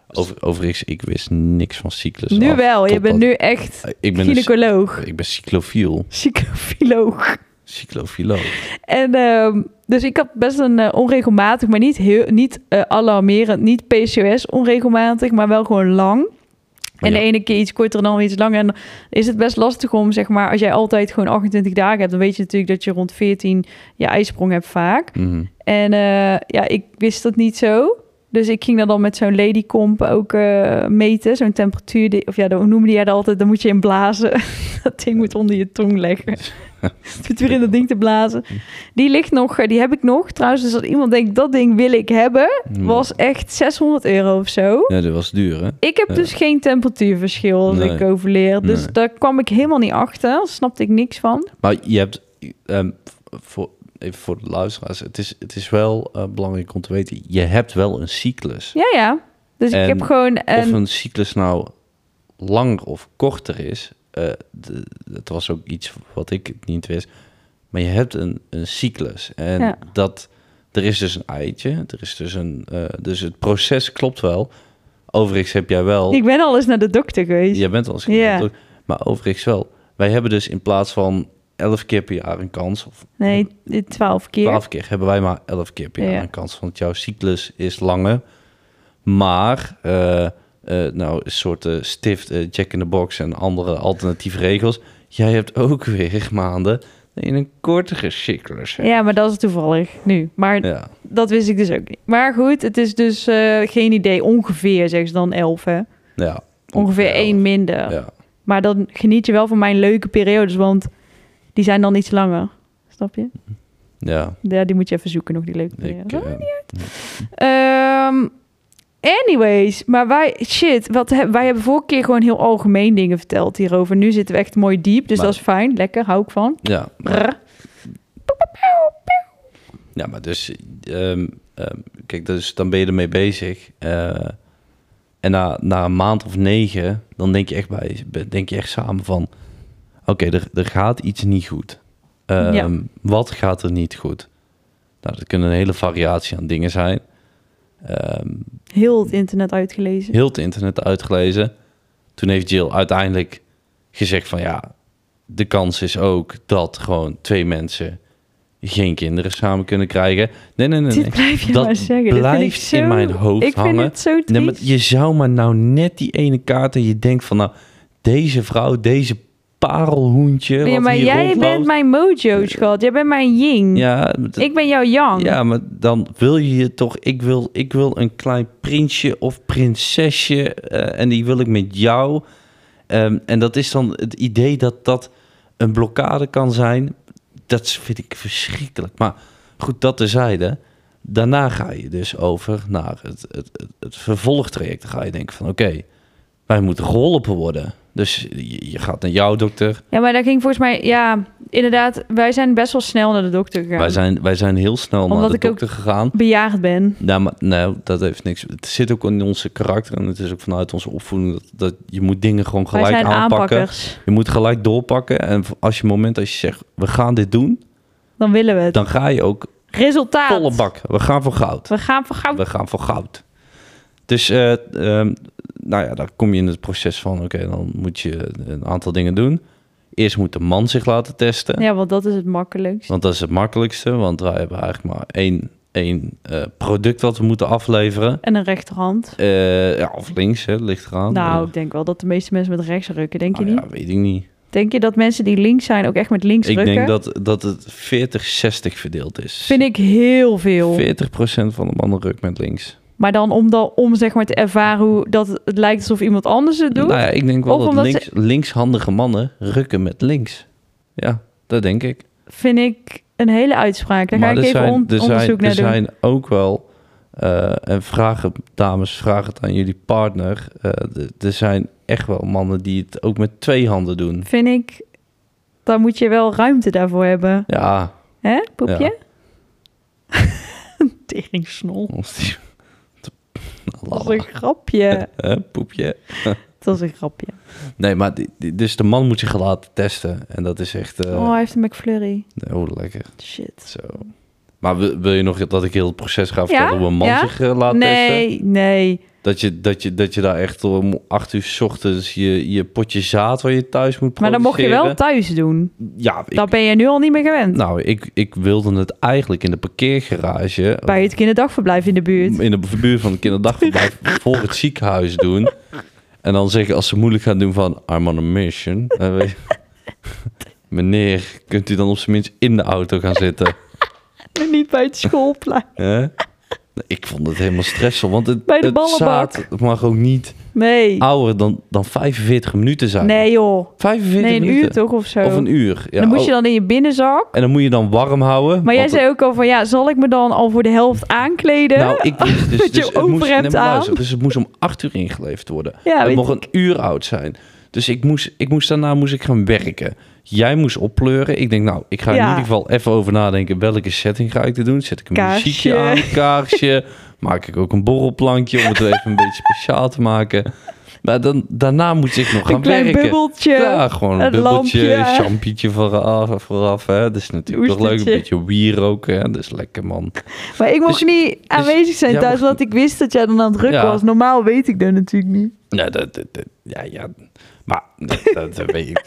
B: Over, overigens, ik wist niks van cyclus.
A: nu
B: af
A: wel. Je
B: totdat-
A: bent nu echt
B: Ik ben, dus een,
A: gynaecoloog,
B: ik ben cyclofiel.
A: cyclofiloog.
B: Cyclofiloof.
A: En ehm, dus ik had best een eh, onregelmatig, maar niet heel, niet eh, alarmerend, niet PCOS onregelmatig, maar wel gewoon lang. En
B: Oh, Ja.
A: de ene keer iets korter dan weer iets langer. En dan is het best lastig om, zeg maar, als jij altijd gewoon 28 dagen hebt, dan weet je natuurlijk dat je rond 14 je ijsprong hebt vaak.
B: Mhm.
A: En eh, ja, ik wist dat niet zo. Dus ik ging dat dan met zo'n ladycomp ook eh, meten. Zo'n temperatuur, die- of ja, dat hoe noemde jij dat altijd. Dan moet je in blazen. dat ding moet onder je tong leggen. Het zit weer in dat ding te blazen. Die ligt nog, eh, die heb ik nog. Trouwens, dus als iemand denkt, dat ding wil ik hebben... was echt 600 euro of zo.
B: Ja, dat was duur, hè?
A: Ik heb
B: Ja.
A: dus geen temperatuurverschil als
B: Nee.
A: ik overleer. Dus
B: Nee.
A: daar kwam ik helemaal niet achter. Daar snapte ik niks van.
B: Maar je hebt... ehm, voor, even voor de luisteraars. Het is, het is wel eh, belangrijk om te weten, je hebt wel een cyclus.
A: Ja, ja. Dus ik
B: En
A: heb gewoon
B: Of
A: een...
B: een cyclus nou langer of korter is, eh, de- dat was ook iets wat ik niet wist. Maar je hebt een, een cyclus. En
A: Ja.
B: dat, er is dus een eitje, er is dus een, eh, dus het proces klopt wel. Overigens heb jij wel...
A: Ik ben al eens naar de dokter geweest.
B: Jij bent al eens
A: Ja.
B: gedopt, Maar overigens wel. Wij hebben dus in plaats van 11 keer per jaar een kans, of
A: Nee, dit twaalf keer.
B: 12 keer, hebben wij maar 11 keer per jaar
A: Ja.
B: een kans. Want jouw cyclus is langer. Maar, eh, eh, nou, een soort eh, stift, eh, Jack in the Box en andere alternatieve regels. Jij hebt ook weer maanden in een kortere cyclus. hebt.
A: Ja, maar dat is toevallig nu. Maar
B: ja.
A: dat wist ik dus ook niet. Maar goed, het is dus eh, geen idee. Ongeveer, zeggen ze dan elf, hè?
B: ja.
A: Ongeveer één minder.
B: Ja.
A: Maar dan geniet je wel van mijn leuke periodes, want die zijn dan iets langer. Snap je?
B: Ja.
A: Ja, die moet je even zoeken nog, die leuke
B: Ik,
A: periodes.
B: eh,
A: Ehm, anyways, maar wij, shit, wat heb, wij hebben vorige keer gewoon heel algemeen dingen verteld hierover. Nu zitten we echt mooi diep, dus
B: Maar-
A: dat is fijn. Lekker, hou ik van.
B: ja.
A: Brr.
B: Ja, maar dus, ehm, ehm, kijk, dus dan ben je ermee bezig. eh, en na, na een maand of negen, dan denk je echt, bij, denk je echt samen van... Oké, er, er gaat iets niet goed. Ehm,
A: Ja.
B: Wat gaat er niet goed? Nou, dat kunnen een hele variatie aan dingen zijn. Ehm,
A: Heel het internet uitgelezen.
B: heel het internet uitgelezen. Toen heeft Jill uiteindelijk gezegd van ja, de kans is ook dat gewoon twee mensen geen kinderen samen kunnen krijgen. Nee, nee, nee.
A: Dit
B: nee.
A: blijf je
B: Dat
A: maar zeggen. Dit vind ik
B: blijft
A: zo...
B: in mijn hoofd
A: ik vind
B: hangen.
A: het zo triest.
B: Nee, maar je zou maar nou net die ene kaart en je denkt van nou, deze vrouw, deze parelhoentje.
A: Ja,
B: wat
A: maar
B: hier
A: jij
B: rondloopt.
A: bent mijn mojo, schat. Jij bent mijn ying.
B: Ja, d-
A: Ik ben jouw yang.
B: ja, maar dan wil je je toch... Ik wil, ik wil een klein prinsje of prinsesje eh, en die wil ik met jou. Ehm, en dat is dan het idee dat dat een blokkade kan zijn. Dat vind ik verschrikkelijk. Maar goed, dat terzijde. Daarna ga je dus over naar het, het, het, het vervolgtraject. Dan ga je denken van oké, wij moeten geholpen worden. Dus je, je gaat naar jouw dokter.
A: Ja, maar daar ging volgens mij... Ja, inderdaad. Wij zijn best wel snel naar de dokter gegaan.
B: Wij, zijn, wij zijn heel snel
A: Omdat
B: naar
A: ik
B: de
A: ook-
B: dokter gegaan.
A: Bejaagd ben.
B: Nou, maar, nou, dat heeft niks. Het zit ook in onze karakter en het is ook vanuit onze opvoeding dat, dat je moet dingen gewoon
A: Wij
B: gelijk
A: zijn
B: aanpakken.
A: aanpakkers.
B: Je moet gelijk doorpakken en v- als je het moment als je zegt we gaan dit doen,
A: Dan willen we het.
B: dan ga je ook
A: Resultaat.
B: volle bak. We gaan voor goud.
A: We gaan van goud.
B: We gaan voor goud. Dus, eh, ehm, nou ja, dan kom je in het proces van oké, dan moet je een aantal dingen doen. Eerst moet de man zich laten testen.
A: Ja, want dat is het makkelijkst.
B: Want dat is het makkelijkste, want wij hebben eigenlijk maar één, één eh, product dat we moeten afleveren.
A: En een rechterhand.
B: Eh, ja, of links, hè, ligt eraan.
A: Nou,
B: Eh,
A: ik denk wel dat de meeste mensen met rechts rukken, denk je
B: nou
A: niet?
B: Ja, weet ik niet.
A: Denk je dat mensen die links zijn ook echt met links
B: Ik
A: rukken?
B: denk dat, dat het 40-60 verdeeld is.
A: Vind ik heel veel.
B: 40% van de mannen rukt met links.
A: Maar dan om, dan, om zeg maar te ervaren hoe dat het lijkt alsof iemand anders het doet.
B: Nou ja, ik denk wel
A: Of
B: dat
A: omdat
B: links, linkshandige mannen rukken met links. Ja, dat denk ik.
A: Vind ik een hele uitspraak. Daar ga ik
B: er
A: even on-
B: er
A: onderzoek
B: zijn,
A: naar
B: er
A: doen.
B: zijn ook wel, eh, en vraag het, dames, vraag het aan jullie partner. Eh, d- er zijn echt wel mannen die het ook met twee handen doen.
A: Vind ik, dan moet je wel ruimte daarvoor hebben.
B: Ja,
A: Hè, poepje? Teringsnol.
B: ons die...
A: Dat is een grapje.
B: Eh, poepje.
A: Dat is een grapje.
B: Nee, maar die- die- dus de man moet zich laten testen. En dat is echt... eh,
A: Oh, hij heeft een McFlurry.
B: Oh, lekker.
A: Shit.
B: Zo. Maar wil, wil je nog dat ik heel het proces ga vertellen hoe een man
A: Ja?
B: zich eh, laat testen?
A: Nee, nee.
B: Dat je, dat, je, dat je daar echt om acht uur 's ochtends je, je potje zaad waar je thuis moet
A: Maar dan mocht je wel
B: produceren.
A: thuis doen.
B: Ja, ik,
A: Dat ben je nu al niet meer gewend.
B: nou, ik, ik wilde het eigenlijk in de parkeergarage...
A: Bij het kinderdagverblijf in de buurt.
B: in de buurt van het kinderdagverblijf voor het ziekenhuis doen. En dan zeggen als ze moeilijk gaan doen van I'm on a mission. dan weet je- Meneer, kunt u dan op zijn minst in de auto gaan zitten?
A: En niet bij het schoolplein.
B: Hè? Ik vond het helemaal stressvol, want het,
A: Bij de
B: het
A: ballenbak.
B: zaad mag ook niet
A: Nee.
B: ouder dan, dan 45 minuten zijn.
A: Nee joh.
B: 45
A: Nee, een
B: minuten.
A: uur toch of zo.
B: Of een uur. Ja,
A: dan moet je
B: oh,
A: dan in je binnenzak.
B: En dan moet je dan warm houden.
A: Maar jij
B: want
A: zei ook al van ja, zal ik me dan al voor de helft aankleden?
B: Nou, ik wist dus,
A: Met je
B: dus, het moest,
A: overhemd
B: nee, maar
A: aan.
B: luister, dus het moest om acht uur ingeleverd worden.
A: Ja,
B: het
A: weet
B: mocht een uur oud zijn. Dus ik moest, ik moest daarna moest ik gaan werken. Jij moest oppleuren. Ik denk, nou, ik ga in
A: Ja.
B: ieder geval even over nadenken welke setting ga ik dit doen. Zet ik een
A: Kaarsje.
B: muziekje aan, een kaarsje. maak ik ook een borrelplankje om het even een beetje speciaal te maken. Maar dan, daarna moet ik nog
A: Een
B: gaan
A: klein
B: werken.
A: bubbeltje.
B: Ja, gewoon een
A: een
B: bubbeltje,
A: lampje.
B: een champietje vooraf. vooraf hè. Dat is natuurlijk toch leuk. Een
A: Oestertje.
B: beetje wier ook. Hè. Dat is lekker, man.
A: Maar ik mocht
B: Dus-
A: niet aanwezig zijn
B: jij
A: thuis,
B: mocht
A: want ik wist dat jij dan aan het druk
B: Ja.
A: was. Normaal weet ik dat natuurlijk niet.
B: Ja, dat, dat- dat- ja, ja. Maar dat, dat weet ik.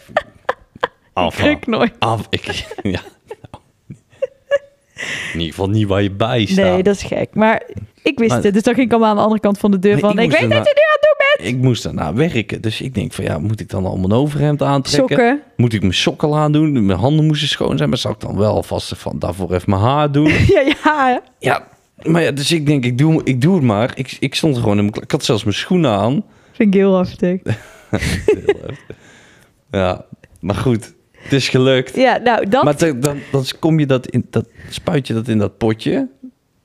B: Alpha.
A: Druk nooit.
B: Af, ik, ja, nou. In ieder geval niet waar je bij staat.
A: Nee, dat is gek. Maar ik wist
B: Maar-
A: het, dus dan ging ik allemaal aan de andere kant van de deur
B: Maar
A: van...
B: ik
A: Ik,
B: moest
A: weet
B: daarna-
A: dat je nu aan het doen bent!
B: Ik moest daarna werken, dus ik denk van ja, moet ik dan allemaal een overhemd aantrekken?
A: Sokken.
B: Moet ik mijn sokken aandoen? Mijn handen moesten schoon zijn, maar zou ik dan wel vast van daarvoor even mijn haar doen?
A: Ja, ja.
B: ja, maar ja, dus ik denk ik doe, ik doe het maar. Ik, ik stond gewoon in mijn, kla- ik had zelfs mijn schoenen aan.
A: Vind ik heel heftig.
B: Heel heftig. ja, maar goed, het is gelukt.
A: Ja, nou, dat...
B: Maar te- dan, dan kom je dat in dat spuit je dat in dat potje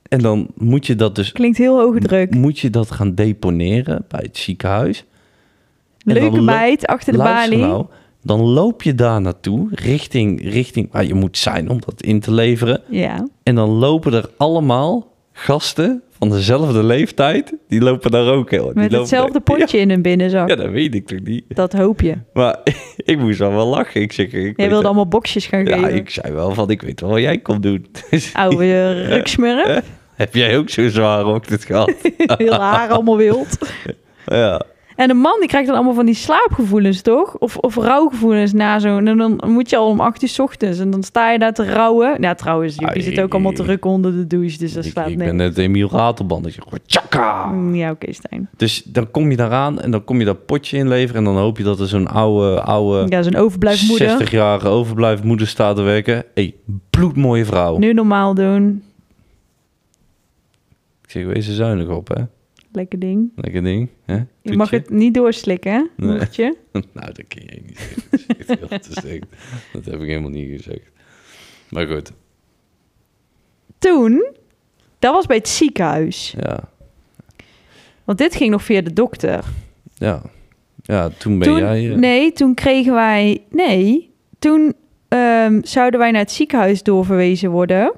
B: en dan moet je dat dus
A: Klinkt heel hoge druk.
B: moet je dat gaan deponeren bij het ziekenhuis. En dan
A: Leuke
B: lo-
A: meid achter de
B: Luister
A: balie.
B: nou, dan loop je daar naartoe richting richting waar je moet zijn om dat in te leveren
A: Ja.
B: en dan lopen er allemaal gasten van dezelfde leeftijd die lopen daar ook heel die
A: Met
B: lopen
A: hetzelfde
B: daar-
A: potje in hun binnenzak.
B: Ja, ja, dat weet ik toch niet.
A: Dat hoop je.
B: Maar ik moest al wel lachen. Ik zeg, ik
A: Jij
B: weet
A: wilde
B: wel-
A: allemaal boxjes gaan
B: ja,
A: geven.
B: ik zei wel van, ik weet wel wat jij komt doen.
A: Ah,
B: Dus
A: Oude ruksmurf.
B: Heb jij ook zo'n zware ochtend gehad?
A: Heel haar allemaal wild.
B: ja.
A: En een man die krijgt dan allemaal van die slaapgevoelens, toch? Of, of rouwgevoelens na zo'n... En dan moet je al om acht uur 's ochtends. En dan sta je daar te rouwen. Nou, trouwens,
B: Ah,
A: je
B: ik-
A: zit ook allemaal te rukken onder de douche. Dus dat
B: ik,
A: slaat
B: ik
A: nee.
B: ben net Emiel Ratelband. Ik zeg gewoon, tjaka!
A: Mm, Ja, oké, Stijn.
B: Dus dan kom je daaraan en dan kom je dat potje inleveren... en dan hoop je dat er zo'n oude, oude
A: Ja, zo'n overblijfmoeder.
B: 60-jarige overblijfmoeder staat te werken. hey, bloedmooie vrouw.
A: Nu normaal doen.
B: Ik zeg, wees er zuinig op, hè?
A: Lekker ding.
B: Lekker ding. Hè?
A: Je mag
B: Toetje.
A: het niet doorslikken, hè?
B: Nee.
A: Mocht je?
B: nou, dat kun je niet zeggen. Dat, is echt heel te zeggen. dat heb ik helemaal niet gezegd. Maar goed,
A: Toen, dat was bij het ziekenhuis.
B: ja.
A: Want dit ging nog via de dokter.
B: Ja, ja toen ben
A: toen,
B: jij... eh,
A: Nee, toen kregen wij... Nee, toen ehm, zouden wij naar het ziekenhuis doorverwezen worden.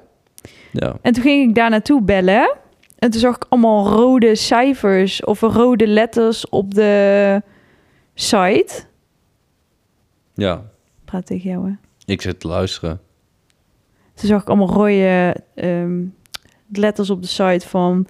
B: ja.
A: En toen ging ik daar naartoe bellen. En toen zag ik allemaal rode cijfers of rode letters op de site.
B: ja,
A: Praat tegen jou, hè.
B: ik zit te luisteren.
A: Toen zag ik allemaal rode ehm, letters op de site van...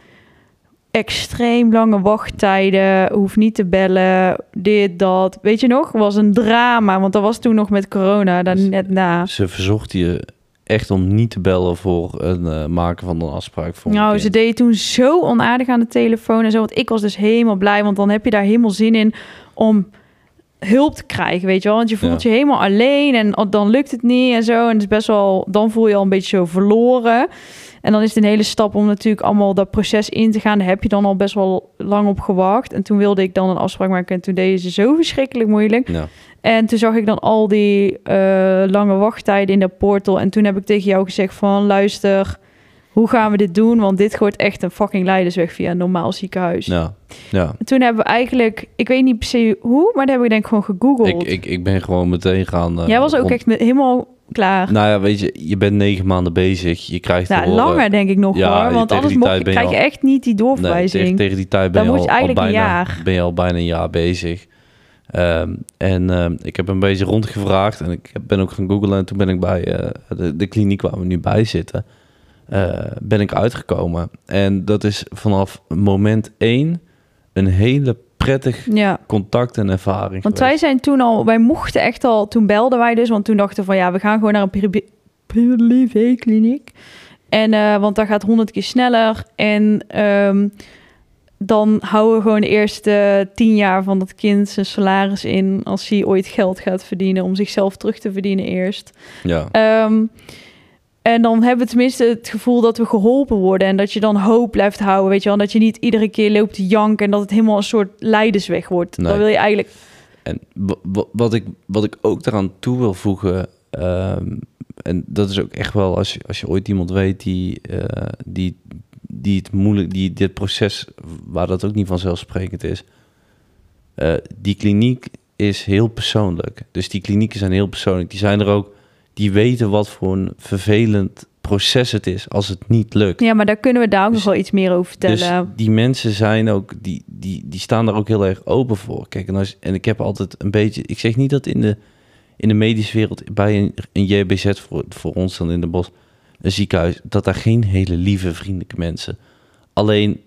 A: Extreem lange wachttijden, hoef niet te bellen, dit, dat. Weet je nog? Was een drama, want dat was toen nog met corona, daar
B: Dus-
A: net na.
B: Ze verzocht je echt om niet te bellen voor een eh, maken van een afspraak voor. een
A: Nou,
B: keer.
A: ze deed toen zo onaardig aan de telefoon en zo. Want ik was dus helemaal blij, want dan heb je daar helemaal zin in om hulp te krijgen, weet je wel. Want je voelt
B: Ja.
A: je helemaal alleen en oh, dan lukt het niet en zo. En het is best wel, dan voel je al een beetje zo verloren. En dan is het een hele stap om natuurlijk allemaal dat proces in te gaan. Daar heb je dan al best wel lang op gewacht. En toen wilde ik dan een afspraak maken en toen deden ze zo verschrikkelijk moeilijk.
B: Ja,
A: En toen zag ik dan al die eh, lange wachttijden in dat portal. En toen heb ik tegen jou gezegd van... luister, hoe gaan we dit doen? Want dit wordt echt een fucking leidersweg via een normaal ziekenhuis.
B: ja, ja.
A: En toen hebben we eigenlijk... ik weet niet per se hoe, maar daar heb ik denk ik gewoon gegoogeld.
B: Ik, ik, ik ben gewoon meteen gaan. eh,
A: Jij was ook
B: rond-
A: echt met, helemaal klaar.
B: Nou ja, weet je, je bent negen maanden bezig. Je krijgt.
A: Nou,
B: te horen-
A: langer denk ik nog
B: Ja,
A: hoor.
B: tegen
A: Want
B: die
A: anders
B: tijd
A: mocht,
B: ben je
A: krijg je
B: al-
A: echt niet die
B: Nee,
A: doorverwijzing.
B: tegen, tegen die tijd ben
A: Dan
B: je,
A: moet
B: al,
A: je
B: al
A: eigenlijk een
B: bijna,
A: jaar.
B: ben je al bijna een jaar bezig. Ehm, en ehm, ik heb een beetje rondgevraagd en ik heb- ben ook gaan googlen. En toen ben ik bij eh, de, de kliniek waar we nu bij zitten, eh, ben ik uitgekomen. En dat is vanaf moment één een hele prettig
A: Ja.
B: contact en ervaring
A: Want wij
B: geweest.
A: zijn toen al, wij mochten echt al, toen belden wij dus, want toen dachten we van ja, we gaan gewoon naar een privé- privékliniek. En eh, want daar gaat honderd keer sneller. En ehm, dan houden we gewoon de eerste tien jaar van dat kind zijn salaris in als hij ooit geld gaat verdienen om zichzelf terug te verdienen eerst.
B: Ja,
A: Ehm, en dan hebben we tenminste het gevoel dat we geholpen worden en dat je dan hoop blijft houden, weet je wel, en dat je niet iedere keer loopt te janken en dat het helemaal een soort leidersweg wordt.
B: Nee.
A: Dan wil je eigenlijk
B: en wa- wa- wat ik, wat ik ook daaraan toe wil voegen... ehm, en dat is ook echt wel als je, als je ooit iemand weet die, eh, die, die het moeilijk, die dit proces, waar dat ook niet vanzelfsprekend is. eh, die kliniek is heel persoonlijk. Dus die klinieken zijn heel persoonlijk. Die zijn er ook, die weten wat voor een vervelend proces het is als het niet lukt.
A: Ja, maar daar kunnen we daar ook
B: Dus-
A: nog wel iets meer over vertellen.
B: Dus die mensen zijn ook, die, die, die staan daar ook heel erg open voor. Kijk, en, als, en ik heb altijd een beetje, ik zeg niet dat in de, in de medische wereld, bij een, een JBZ voor, voor ons dan in de bos, een ziekenhuis, dat daar geen hele lieve, vriendelijke mensen. Alleen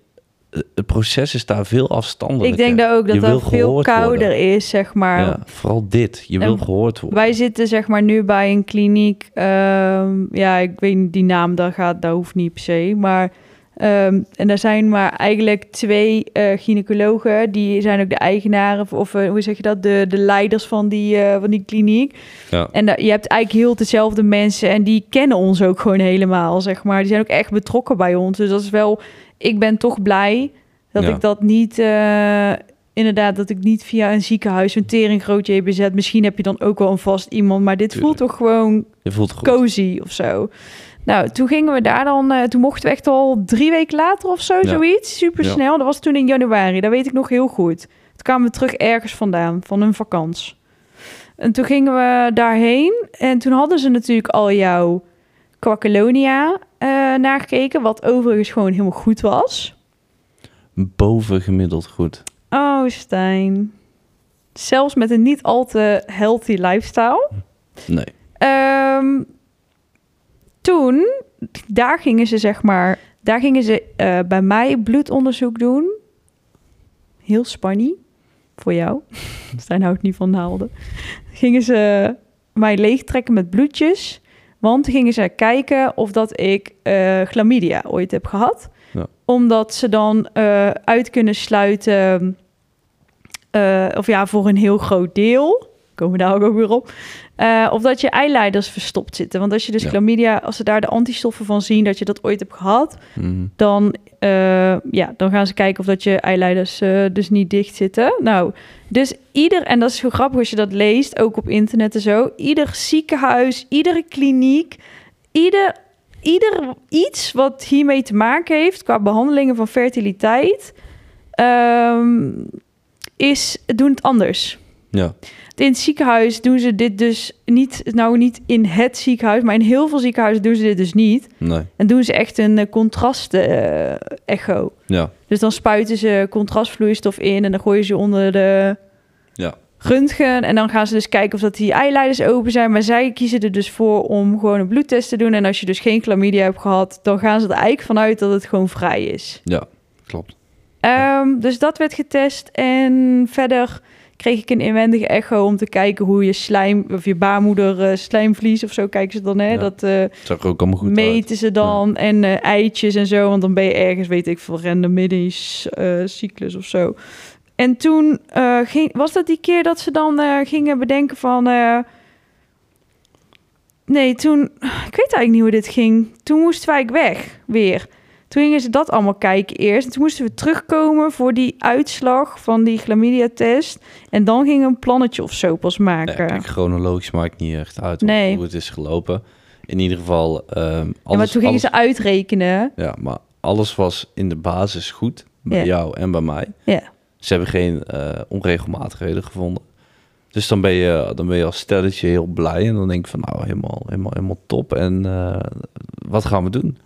B: eh, het proces is daar veel afstandelijker.
A: ik denk daar ook
B: Je
A: dat
B: wil
A: dat veel
B: gehoord
A: kouder
B: worden.
A: is, zeg maar.
B: Ja, vooral dit. Je
A: En
B: wil gehoord worden.
A: Wij zitten zeg maar nu bij een kliniek. ehm, ja, ik weet niet, die naam daar gaat, dat hoeft niet per se. Maar ehm, en daar zijn maar eigenlijk twee eh, gynaecologen. Die zijn ook de eigenaren of, of, eh, hoe zeg je dat? De, de leiders van die, eh, van die kliniek.
B: Ja.
A: En da- je hebt eigenlijk heel dezelfde mensen en die kennen ons ook gewoon helemaal, zeg maar. Die zijn ook echt betrokken bij ons. Dus dat is wel, ik ben toch blij dat
B: Ja.
A: ik dat niet, eh, inderdaad, dat ik niet via een ziekenhuis, een tering groot JBZ, misschien heb je dan ook wel een vast iemand, maar dit voelt
B: Tuurlijk.
A: toch gewoon
B: Je voelt goed.
A: cozy of zo. Nou, toen gingen we daar dan, eh, toen mochten we echt al drie weken later of zo,
B: Ja.
A: zoiets. Super snel. Dat was toen in januari, dat weet ik nog heel goed. Toen kwamen we terug ergens vandaan, van een vakantie. En toen gingen we daarheen en toen hadden ze natuurlijk al jouw Quackelonia eh nagekeken, wat overigens gewoon helemaal goed was.
B: Bovengemiddeld goed.
A: Oh, Stijn. Zelfs met een niet al te healthy lifestyle.
B: Nee.
A: Ehm, toen, daar gingen ze zeg maar, daar gingen ze eh, bij mij bloedonderzoek doen. Heel spanny voor jou. Stijn houdt niet van naalden. Gingen ze mij leegtrekken met bloedjes. Want gingen ze kijken of dat ik eh chlamydia ooit heb gehad.
B: Ja.
A: Omdat ze dan eh, uit kunnen sluiten, eh, of ja, voor een heel groot deel, komen we daar ook weer op, eh, of dat je eileiders verstopt zitten. Want als je dus
B: Ja.
A: chlamydia, als ze daar de antistoffen van zien dat je dat ooit hebt gehad,
B: Mhm.
A: dan, eh, ja, dan gaan ze kijken of dat je eileiders eh, dus niet dicht zitten. Nou, dus ieder, en dat is zo grappig als je dat leest, ook op internet en zo. Ieder ziekenhuis, iedere kliniek, ieder, ieder iets wat hiermee te maken heeft qua behandelingen van fertiliteit, ehm, is, doen het anders.
B: Ja.
A: In het ziekenhuis doen ze dit dus niet, nou niet in het ziekenhuis, maar in heel veel ziekenhuizen doen ze dit dus niet.
B: Nee.
A: En doen ze echt een eh, contrast-echo.
B: Ja.
A: dus dan spuiten ze contrastvloeistof in en dan gooien ze onder de
B: Ja.
A: röntgen. En dan gaan ze dus kijken of dat die eileiders open zijn. Maar zij kiezen er dus voor om gewoon een bloedtest te doen. En als je dus geen chlamydia hebt gehad, dan gaan ze er eigenlijk vanuit dat het gewoon vrij is.
B: Ja. Klopt.
A: Ehm, dus dat werd getest. En verder kreeg ik een inwendige echo om te kijken hoe je slijm of je baarmoeder eh, slijmvlies of zo kijken ze dan hè
B: Ja.
A: dat eh,
B: Zag er ook allemaal goed uit.
A: meten ze dan en eh, eitjes en zo. Want dan ben je ergens, weet ik veel, random middies, eh, cyclus of zo. En toen eh, ging, was dat die keer dat ze dan eh, gingen bedenken van... eh, nee, toen... Ik weet eigenlijk niet hoe dit ging. Toen moesten wij weg, weer. Toen gingen ze dat allemaal kijken eerst. En toen moesten we terugkomen voor die uitslag van die chlamydia-test. En dan gingen we een plannetje of zo pas
B: Nee,
A: maken.
B: kijk, chronologisch maakt niet echt uit hoe-
A: eh, Nee.
B: hoe het is gelopen. In ieder geval, ehm, alles,
A: ja, maar toen gingen
B: alles,
A: ze uitrekenen.
B: ja, maar alles was in de basis goed bij
A: Ja.
B: jou en bij mij.
A: Ja.
B: Ze hebben geen eh, onregelmatigheden gevonden. Dus dan ben, je, dan ben je als stelletje heel blij en dan denk je van nou helemaal, helemaal, helemaal top. En eh, wat gaan we doen?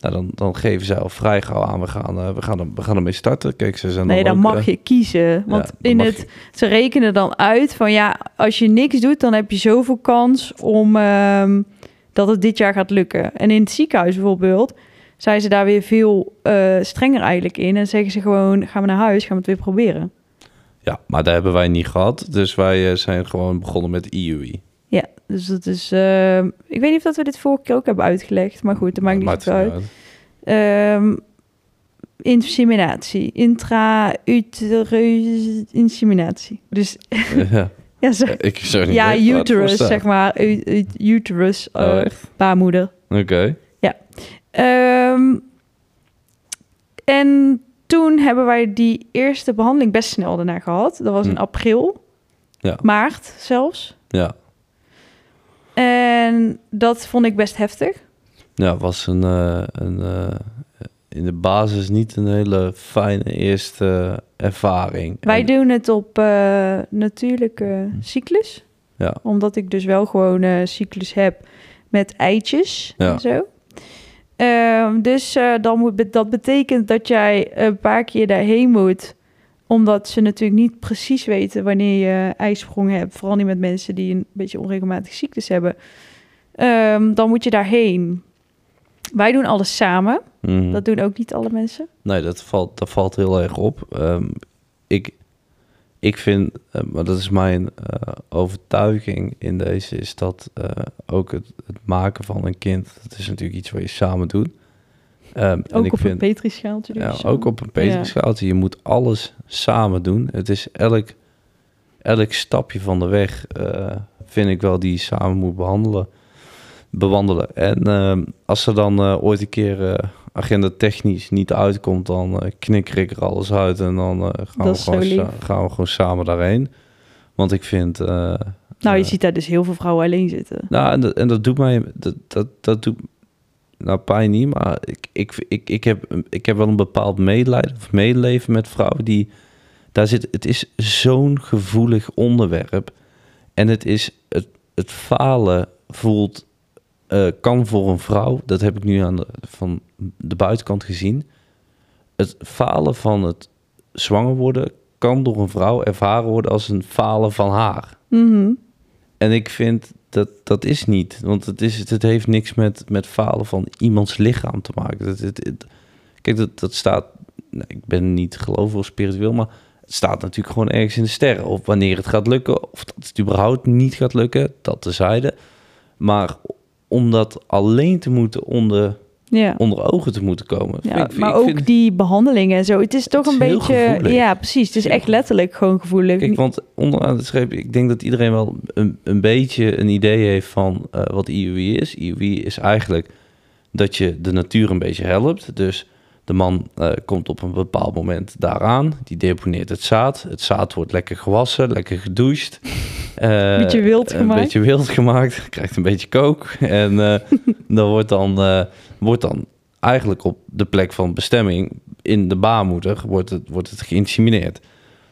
B: Nou, dan, dan geven zij al vrij gauw aan, we gaan, eh, we gaan, er- we gaan ermee starten. Kijk, ze zijn
A: Nee,
B: dan
A: dan
B: ook,
A: mag
B: eh,
A: je kiezen.
B: ja,
A: Want
B: dan
A: in
B: mag
A: het,
B: je-
A: ze rekenen dan uit van ja, als je niks doet, dan heb je zoveel kans om ehm, dat het dit jaar gaat lukken. En in het ziekenhuis bijvoorbeeld zijn ze daar weer veel eh, strenger eigenlijk in. En zeggen ze gewoon, gaan we naar huis, gaan we het weer proberen.
B: Ja, maar daar hebben wij niet gehad. Dus wij eh, zijn gewoon begonnen met E IUI.
A: Ja, dus dat is... ehm, ik weet niet of dat we dit vorige keer ook hebben uitgelegd, maar goed, dat maakt niet zoveel uit. Ehm inseminatie, intra-uterus inseminatie. Dus
B: ja,
A: ja, zo.
B: ik zou niet
A: Ja,
B: weten waar het voor
A: uterus,
B: staat.
A: zeg maar. U- u- uterus, eh,
B: Oh, echt?
A: baarmoeder.
B: Oké.
A: Ehm, en toen hebben wij die eerste behandeling best snel daarna gehad. Dat was in
B: Hm.
A: april,
B: Ja.
A: maart zelfs.
B: Ja.
A: En dat vond ik best heftig.
B: ja, was een, eh, een eh, in de basis niet een hele fijne eerste eh, ervaring.
A: Wij
B: En- Hm.
A: doen het op eh, natuurlijke cyclus.
B: Ja.
A: Omdat ik dus wel gewoon een cyclus heb met eitjes
B: Ja.
A: en zo. Ehm, dus eh, dan moet, dat betekent dat jij een paar keer daarheen moet. Omdat ze natuurlijk niet precies weten wanneer je ijsprong hebt. Vooral niet met mensen die een beetje onregelmatige ziektes hebben. Ehm, dan moet je daarheen. Wij doen alles samen.
B: Mhm.
A: Dat doen ook niet alle mensen.
B: Nee, dat valt, dat valt heel erg op. Ehm, ik, ik vind, eh, maar dat is mijn eh, overtuiging in deze, is dat eh, ook het, het maken van een kind, dat is natuurlijk iets wat je samen doet. Ehm,
A: Ook op een petrischaaltje. dus doen
B: ja,
A: ze
B: ook op een peterschaaltje. Je moet alles samen doen. Het is elk, elk stapje van de weg, eh, vind ik wel, die je samen moet behandelen, bewandelen. En ehm, als er dan eh, ooit een keer eh, agenda technisch niet uitkomt, dan eh knikker ik er alles uit en dan eh, gaan,
A: Dat
B: we
A: is
B: gewoon
A: zo lief.
B: sa- gaan we gewoon samen daarheen. Want ik vind... eh,
A: Nou, je
B: eh,
A: ziet daar dus heel veel vrouwen alleen zitten.
B: nou, en dat, en dat doet mij... Dat, dat, dat doet... Nou, pijn niet, maar ik, ik, ik, ik, heb, ik heb wel een bepaald medelijden of medeleven met vrouwen die... Daar zit, het is zo'n gevoelig onderwerp. En het is... Het, het falen voelt... eh, kan voor een vrouw, dat heb ik nu aan de, van de buitenkant gezien. Het falen van het zwanger worden kan door een vrouw ervaren worden als een falen van haar.
A: Mhm.
B: En ik vind dat dat is niet. Want het, is, het heeft niks met, met falen van iemands lichaam te maken. Dat, het, het- kijk, dat, dat staat. nou, ik ben niet gelovig of spiritueel, maar het staat natuurlijk gewoon ergens in de sterren. Of wanneer het gaat lukken, of dat het überhaupt niet gaat lukken, dat tezijde. Maar om dat alleen te moeten onder,
A: Ja.
B: onder ogen te moeten komen.
A: Ja,
B: vind ik-
A: maar
B: ik
A: ook
B: vind-
A: die behandelingen en zo. Het is toch
B: Het is
A: een
B: heel
A: beetje...
B: gevoelig.
A: Ja, precies. Het is
B: Heel
A: echt letterlijk gewoon gevoelig.
B: Kijk, want onderaan de streep, ik denk dat iedereen wel een, een beetje een idee heeft van eh, wat IUI is. IUI is eigenlijk dat je de natuur een beetje helpt. Dus de man eh, komt op een bepaald moment daaraan, die deponeert het zaad. Het zaad wordt lekker gewassen, lekker gedoucht. Eh,
A: Beetje wild
B: Een
A: gemaakt.
B: beetje wild gemaakt, krijgt een beetje kook. En eh, dan wordt dan, eh, wordt dan eigenlijk op de plek van bestemming in de baarmoeder wordt het, wordt het geïnsemineerd.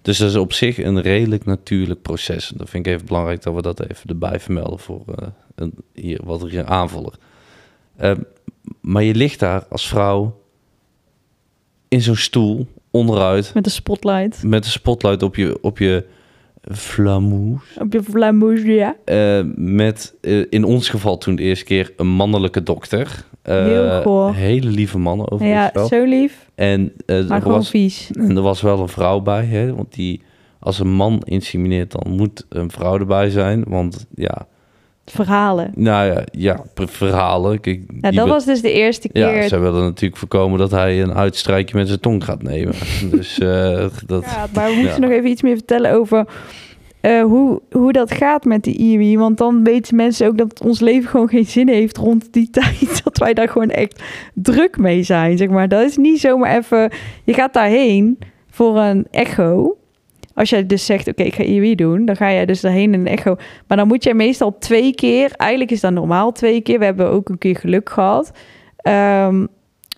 B: Dus dat is op zich een redelijk natuurlijk proces. En Dat vind ik even belangrijk dat we dat even erbij vermelden voor eh, een, hier, wat er hier aanvuller. Ehm, maar je ligt daar als vrouw in zo'n stoel onderuit
A: Met een spotlight.
B: met een spotlight op je, op je flamoes.
A: Op je flamoes, ja.
B: Eh, met eh, in ons geval toen de eerste keer een mannelijke dokter. Eh,
A: Heel goor.
B: Hele lieve mannen overigens
A: Ja,
B: wel.
A: zo lief.
B: En eh,
A: Maar
B: er,
A: gewoon
B: was,
A: vies.
B: en er was wel een vrouw bij, hè, want die, als een man insemineert, dan moet een vrouw erbij zijn. Want ja,
A: Verhalen.
B: nou ja, ja pre- verhalen. Kijk, die
A: Nou, dat
B: wil-
A: was dus de eerste keer...
B: ja, zij willen natuurlijk voorkomen dat hij een uitstrijkje met zijn tong gaat nemen. dus eh, dat,
A: Ja, maar we moeten
B: Ja.
A: nog even iets meer vertellen over eh, hoe, hoe dat gaat met de IWI. Want dan weten mensen ook dat ons leven gewoon geen zin heeft rond die tijd. Dat wij daar gewoon echt druk mee zijn, zeg maar. Dat is niet zomaar even... Je gaat daarheen voor een echo. Als jij dus zegt, oké, ik ga IWI doen, dan ga jij dus daarheen in een echo. Maar dan moet jij meestal twee keer... Eigenlijk is dat normaal twee keer. We hebben ook een keer geluk gehad. Ehm,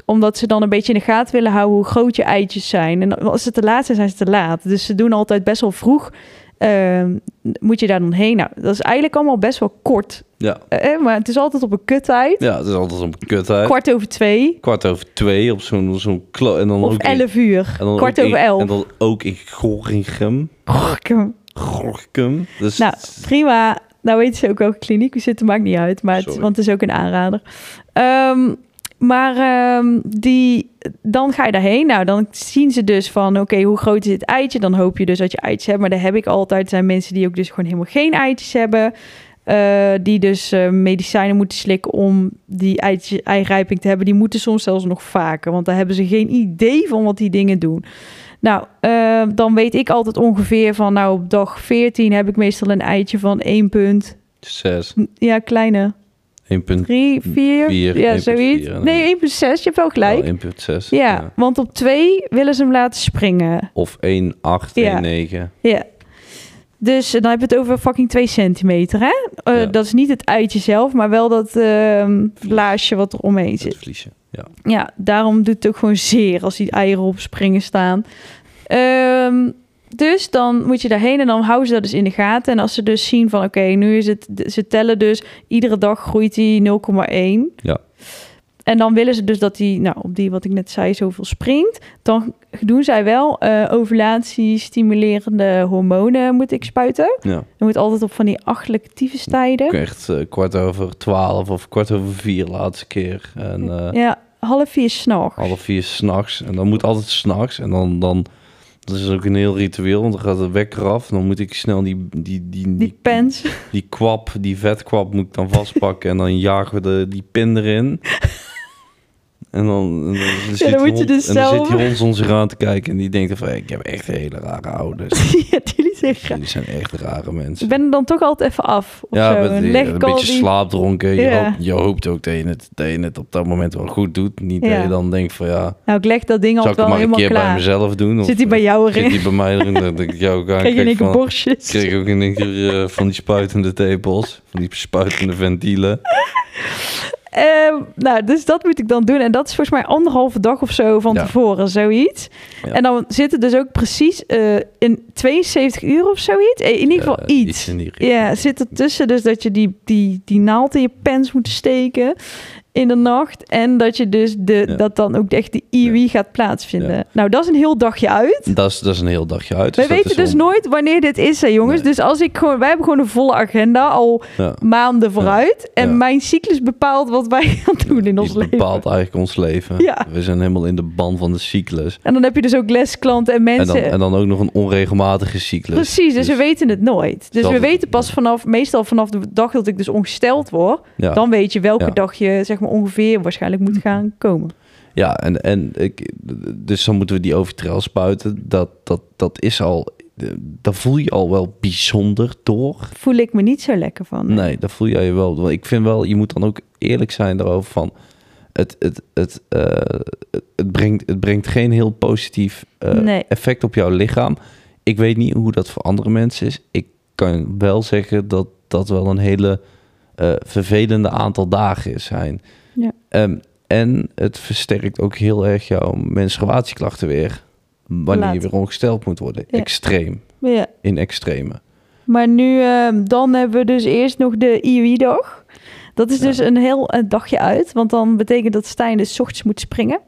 A: omdat ze dan een beetje in de gaten willen houden hoe groot je eitjes zijn. En als ze te laat zijn, zijn ze te laat. Dus ze doen altijd best wel vroeg. ehm, moet je daar dan heen? Nou, dat is eigenlijk allemaal best wel kort.
B: ja.
A: Eh, eh, maar het is altijd op een kuttijd.
B: ja, het is altijd om kut uit.
A: Kwart over twee
B: Kwart over twee op zo'n zo'n klo. En dan
A: of
B: ook in-
A: elf uur.
B: en dan
A: Kwart
B: ook
A: over
B: in-
A: elf.
B: En dan ook in Gorinchem.
A: Gorkum.
B: Gorkum. Dus
A: Oh, Nou, prima. Nou weten ze ook welke kliniek we zitten, maakt niet uit. Maar het,
B: Sorry.
A: want het is ook een aanrader. Ehm, maar ehm, die, dan ga je daarheen. Nou, dan zien ze dus van, oké, hoe groot is dit eitje? Dan hoop je dus dat je eitjes hebt. Maar daar heb ik altijd. Er zijn mensen die ook dus gewoon helemaal geen eitjes hebben. eh, die dus eh, medicijnen moeten slikken om die eitje, eirijping te hebben. Die moeten soms zelfs nog vaker. Want daar hebben ze geen idee van wat die dingen doen. Nou, eh, dan weet ik altijd ongeveer van, nou, op dag 14 heb ik meestal een eitje van 1 punt.
B: zes.
A: Ja, kleine.
B: 1.4.
A: 3, 4.
B: Hm, Vier, Oh,
A: ja,
B: 1,4
A: zoiets.
B: en dan-
A: nee, 1 punt 6. Je hebt wel gelijk.
B: Wel 1.6.
A: ja, want op 2 willen ze hem laten springen.
B: Of 1, 8,
A: Ja.
B: 1, 9.
A: Ja. Dus eh, dan heb je het over fucking 2 centimeter, hè? Eh,
B: Ja.
A: Dat is niet het eitje zelf, maar wel dat ehm blaasje wat er omheen
B: Het
A: zit.
B: vliesje. Ja.
A: ja, daarom doet het ook gewoon zeer als die eieren op springen staan. Ehm, dus dan moet je daarheen en dan houden ze dat dus in de gaten. En als ze dus zien van oké, nu is het, ze tellen dus, iedere dag groeit die 0,1.
B: Ja.
A: En dan willen ze dus dat die, nou op die wat ik net zei, zoveel springt. Dan doen zij wel eh ovulatie stimulerende hormonen, moet ik spuiten.
B: Ja.
A: Dat moet altijd op van die achtelijke tyfustijden.
B: Ik kreeg het eh, kwart over twaalf of kwart over vier laatste keer. En eh,
A: Ja, half vier s'nachts.
B: half vier s'nachts. En dan moet altijd s'nachts. En dan, dan dat is ook een heel ritueel. Want dan gaat de wekker af. Dan moet ik snel die, die, die,
A: Die pens.
B: die kwap, die vetkwap moet ik dan vastpakken. en dan jagen we de, die pin erin. En dan, en dan, zit
A: moet
B: die
A: je
B: hond-
A: dus
B: en dan
A: zelf-
B: zit die hond ons hier aan te kijken. En die denkt van, ik heb echt hele rare ouders.
A: ja, jullie zijn graag.
B: Die zijn echt rare mensen.
A: Ik ben er dan toch altijd even af. Of
B: ja,
A: zo.
B: met
A: een
B: die-
A: leg
B: een
A: ik al
B: beetje
A: die-
B: slaapdronken. Je,
A: Ja.
B: hoopt, je hoopt ook dat je, het, dat je het op dat moment wel goed doet. Niet dat
A: Ja.
B: je dan denkt van ja,
A: Nou, ik leg dat ding altijd
B: zou ik het
A: wel
B: maar een
A: helemaal
B: keer bij
A: klaar.
B: mezelf doen? Of eh,
A: Zit hij bij jou
B: Zit
A: erin?
B: die bij mij erin? Dan denk ik, ja, ook aan.
A: Krijg je
B: Kijk
A: in één keer
B: van-
A: borstjes?
B: kreeg ook in één keer eh, van die spuitende tepels. Van die spuitende ventielen.
A: Ehm, nou, dus dat moet ik dan doen. En dat is volgens mij anderhalve dag of zo van
B: Ja.
A: tevoren, zoiets.
B: Ja.
A: En dan zit het dus ook precies eh, in 72 uur of zoiets. Eh, In ieder geval
B: Eh,
A: iets.
B: in die richting.
A: Ja, zit er tussen dus dat je die, die, die naald in je pens moet steken in de nacht. En dat je dus de,
B: Ja.
A: dat dan ook echt de IWI gaat plaatsvinden. Nou, dat is een heel dagje uit.
B: Dat is, dat is een heel dagje uit.
A: Wij
B: dat
A: weten
B: is
A: dus
B: om-
A: nooit wanneer dit is, hè, jongens.
B: Nee.
A: Dus als ik gewoon, wij hebben gewoon een volle agenda al
B: Ja.
A: maanden vooruit. En
B: Ja.
A: mijn cyclus bepaalt wat wij gaan doen in ons
B: Die
A: leven.
B: bepaalt eigenlijk ons leven.
A: Ja.
B: We zijn helemaal in de ban van de cyclus.
A: En dan heb je dus ook lesklanten en
B: En
A: mensen.
B: dan, en dan ook nog een onregelmatige cyclus.
A: Precies, dus,
B: Dus-
A: we weten het nooit. Dus
B: Dat-
A: we weten pas vanaf, meestal vanaf de dag dat ik dus ongesteld word.
B: Ja.
A: Dan weet je welke
B: Ja. Hm.
A: dag je zeg maar ongeveer waarschijnlijk moet gaan komen.
B: Ja, en, en ik, dus dan moeten we die overtrail spuiten. Dat, dat, dat is al, eh, daar voel je al wel bijzonder door.
A: Voel ik me niet zo lekker van.
B: Nee, daar voel jij je wel. door. ik vind wel, je moet dan ook eerlijk zijn daarover van, het, het, het, eh, het- het, brengt, het brengt geen heel positief eh,
A: Nee.
B: effect op jouw lichaam. Ik weet niet hoe dat voor andere mensen is. Ik kan wel zeggen dat dat wel een hele eh, vervelende aantal dagen zijn.
A: Ja.
B: Ehm, en het versterkt ook heel erg jouw menstruatieklachten weer. Wanneer je
A: Later.
B: weer ongesteld moet worden.
A: Ja.
B: Extreem.
A: Maar, ja.
B: In extreme.
A: maar nu, ehm, dan hebben we dus eerst nog de IUI-dag. Dat is
B: Ja.
A: dus een heel eh, dagje uit. Want dan betekent dat Stijn dus 's ochtends moet springen.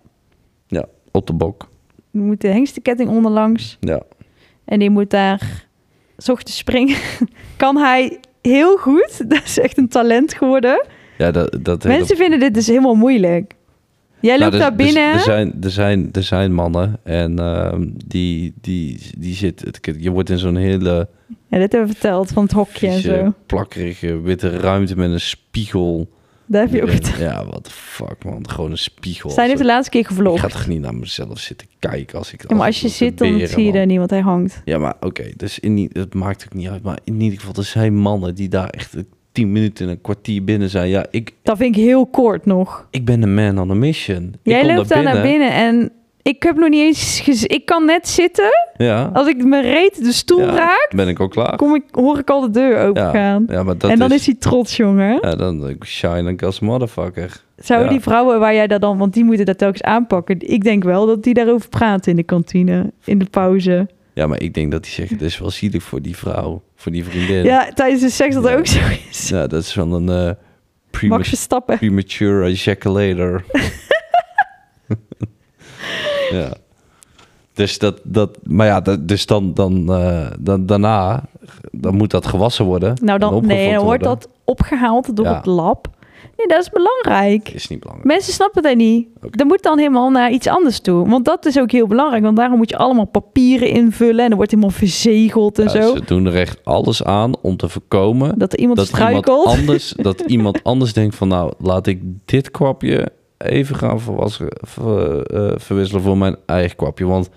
B: Op de bok.
A: Je moet de hengstenketting onderlangs.
B: Ja.
A: En die moet daar s ochtends springen. kan hij heel goed. Dat is echt een talent geworden.
B: ja dat, dat hele-
A: Mensen vinden dit dus helemaal moeilijk. Jij loopt
B: Nou,
A: daar
B: er- er-
A: binnen.
B: Er, zijn, er, zijn, er zijn mannen en ehm, die, die, die zit. het- Je wordt in zo'n hele
A: ja, dit hebben we verteld van het hokje en zo.
B: vieze, plakkerige witte ruimte met een spiegel.
A: Daar heb je ook
B: erin.
A: verteld.
B: Ja, wat de fuck man. Gewoon een spiegel.
A: Stijn heeft de laatste keer
B: ik ga
A: gevlogd.
B: toch niet naar mezelf zitten kijken als ik.
A: Ja, maar als
B: ik
A: je
B: moet
A: zit, dan
B: proberen,
A: zie je
B: man.
A: daar niet, want hij hangt.
B: Ja, maar oké, dus in, i- het maakt ook niet uit. Maar in ieder geval, er zijn mannen die daar echt tien minuten en een kwartier binnen zijn. Ja, ik,
A: Dat vind ik heel kort nog.
B: ik ben een man on a mission. ik
A: Jij
B: kom
A: loopt daar naar binnen en ik heb nog niet eens gez- Ik kan net zitten.
B: Ja.
A: Als ik mijn reet de stoel
B: Ja,
A: raak,
B: Ben ik al klaar?
A: kom ik, hoor ik al de deur open gaan.
B: Ja, maar dat
A: en dan is... hij trots, jongen.
B: Ja, dan ik shine ik als motherfucker.
A: Zouden
B: ja.
A: die vrouwen waar jij daar dan, want die moeten dat telkens aanpakken. Ik denk wel dat die daarover praten in de kantine, in de pauze.
B: Ja, maar ik denk dat hij zegt, het is wel zielig voor die vrouw, voor die vriendin.
A: Ja, tijdens de seks dat
B: Ja.
A: ook zo is.
B: Ja, dat is wel een eh, prema-
A: Max Verstappen.
B: premature ejaculator. ja. Dus dat, dat, maar ja, dat, dus dan, dan, eh, dan, daarna, dan moet dat gewassen worden.
A: Nou,
B: en
A: dan,
B: opgevoed
A: nee, dan wordt
B: worden.
A: dat opgehaald door
B: Ja.
A: het lab. Nee, dat is belangrijk.
B: Is niet belangrijk.
A: Mensen snappen dat niet.
B: Oké.
A: Dat moet dan helemaal naar iets anders toe. Want dat is ook heel belangrijk. Want daarom moet je allemaal papieren invullen. En er wordt helemaal verzegeld en
B: Ja,
A: zo.
B: Ze doen er echt alles aan om te voorkomen
A: Dat er iemand
B: dat iemand,
A: struikelt.
B: anders, dat iemand anders denkt van nou, laat ik dit kwapje even gaan verwassen, ver- eh, verwisselen voor mijn eigen kwapje. Want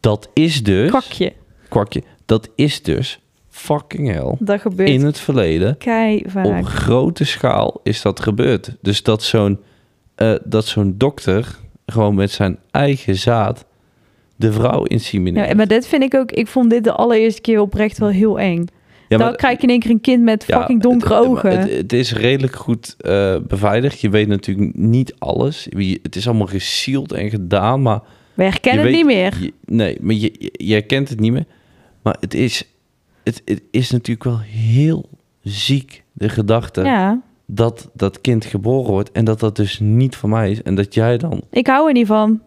B: dat is dus,
A: Kakje.
B: kwakje, dat is dus fucking hell.
A: Dat gebeurt
B: In het verleden,
A: kei vaak.
B: op grote schaal is dat gebeurd. Dus dat zo'n eh, dat zo'n dokter gewoon met zijn eigen zaad de vrouw
A: Ja,
B: insemineert.
A: maar dit vind ik ook... Ik vond dit de allereerste keer oprecht wel heel eng.
B: Ja,
A: dan krijg je in één keer een kind met
B: ja,
A: fucking donkere
B: het- het-
A: ogen.
B: Het, het is redelijk goed eh, beveiligd. Je weet natuurlijk niet alles. Je- Het is allemaal gesield en gedaan, maar
A: We herkennen
B: Je
A: het niet
B: weet-
A: meer.
B: Je- nee, maar je, je, je herkent het niet meer. Maar het is, het, het is natuurlijk wel heel ziek, de gedachte
A: Ja,
B: dat dat kind geboren wordt en dat dat dus niet van mij is. En dat jij dan,
A: ik hou er niet van.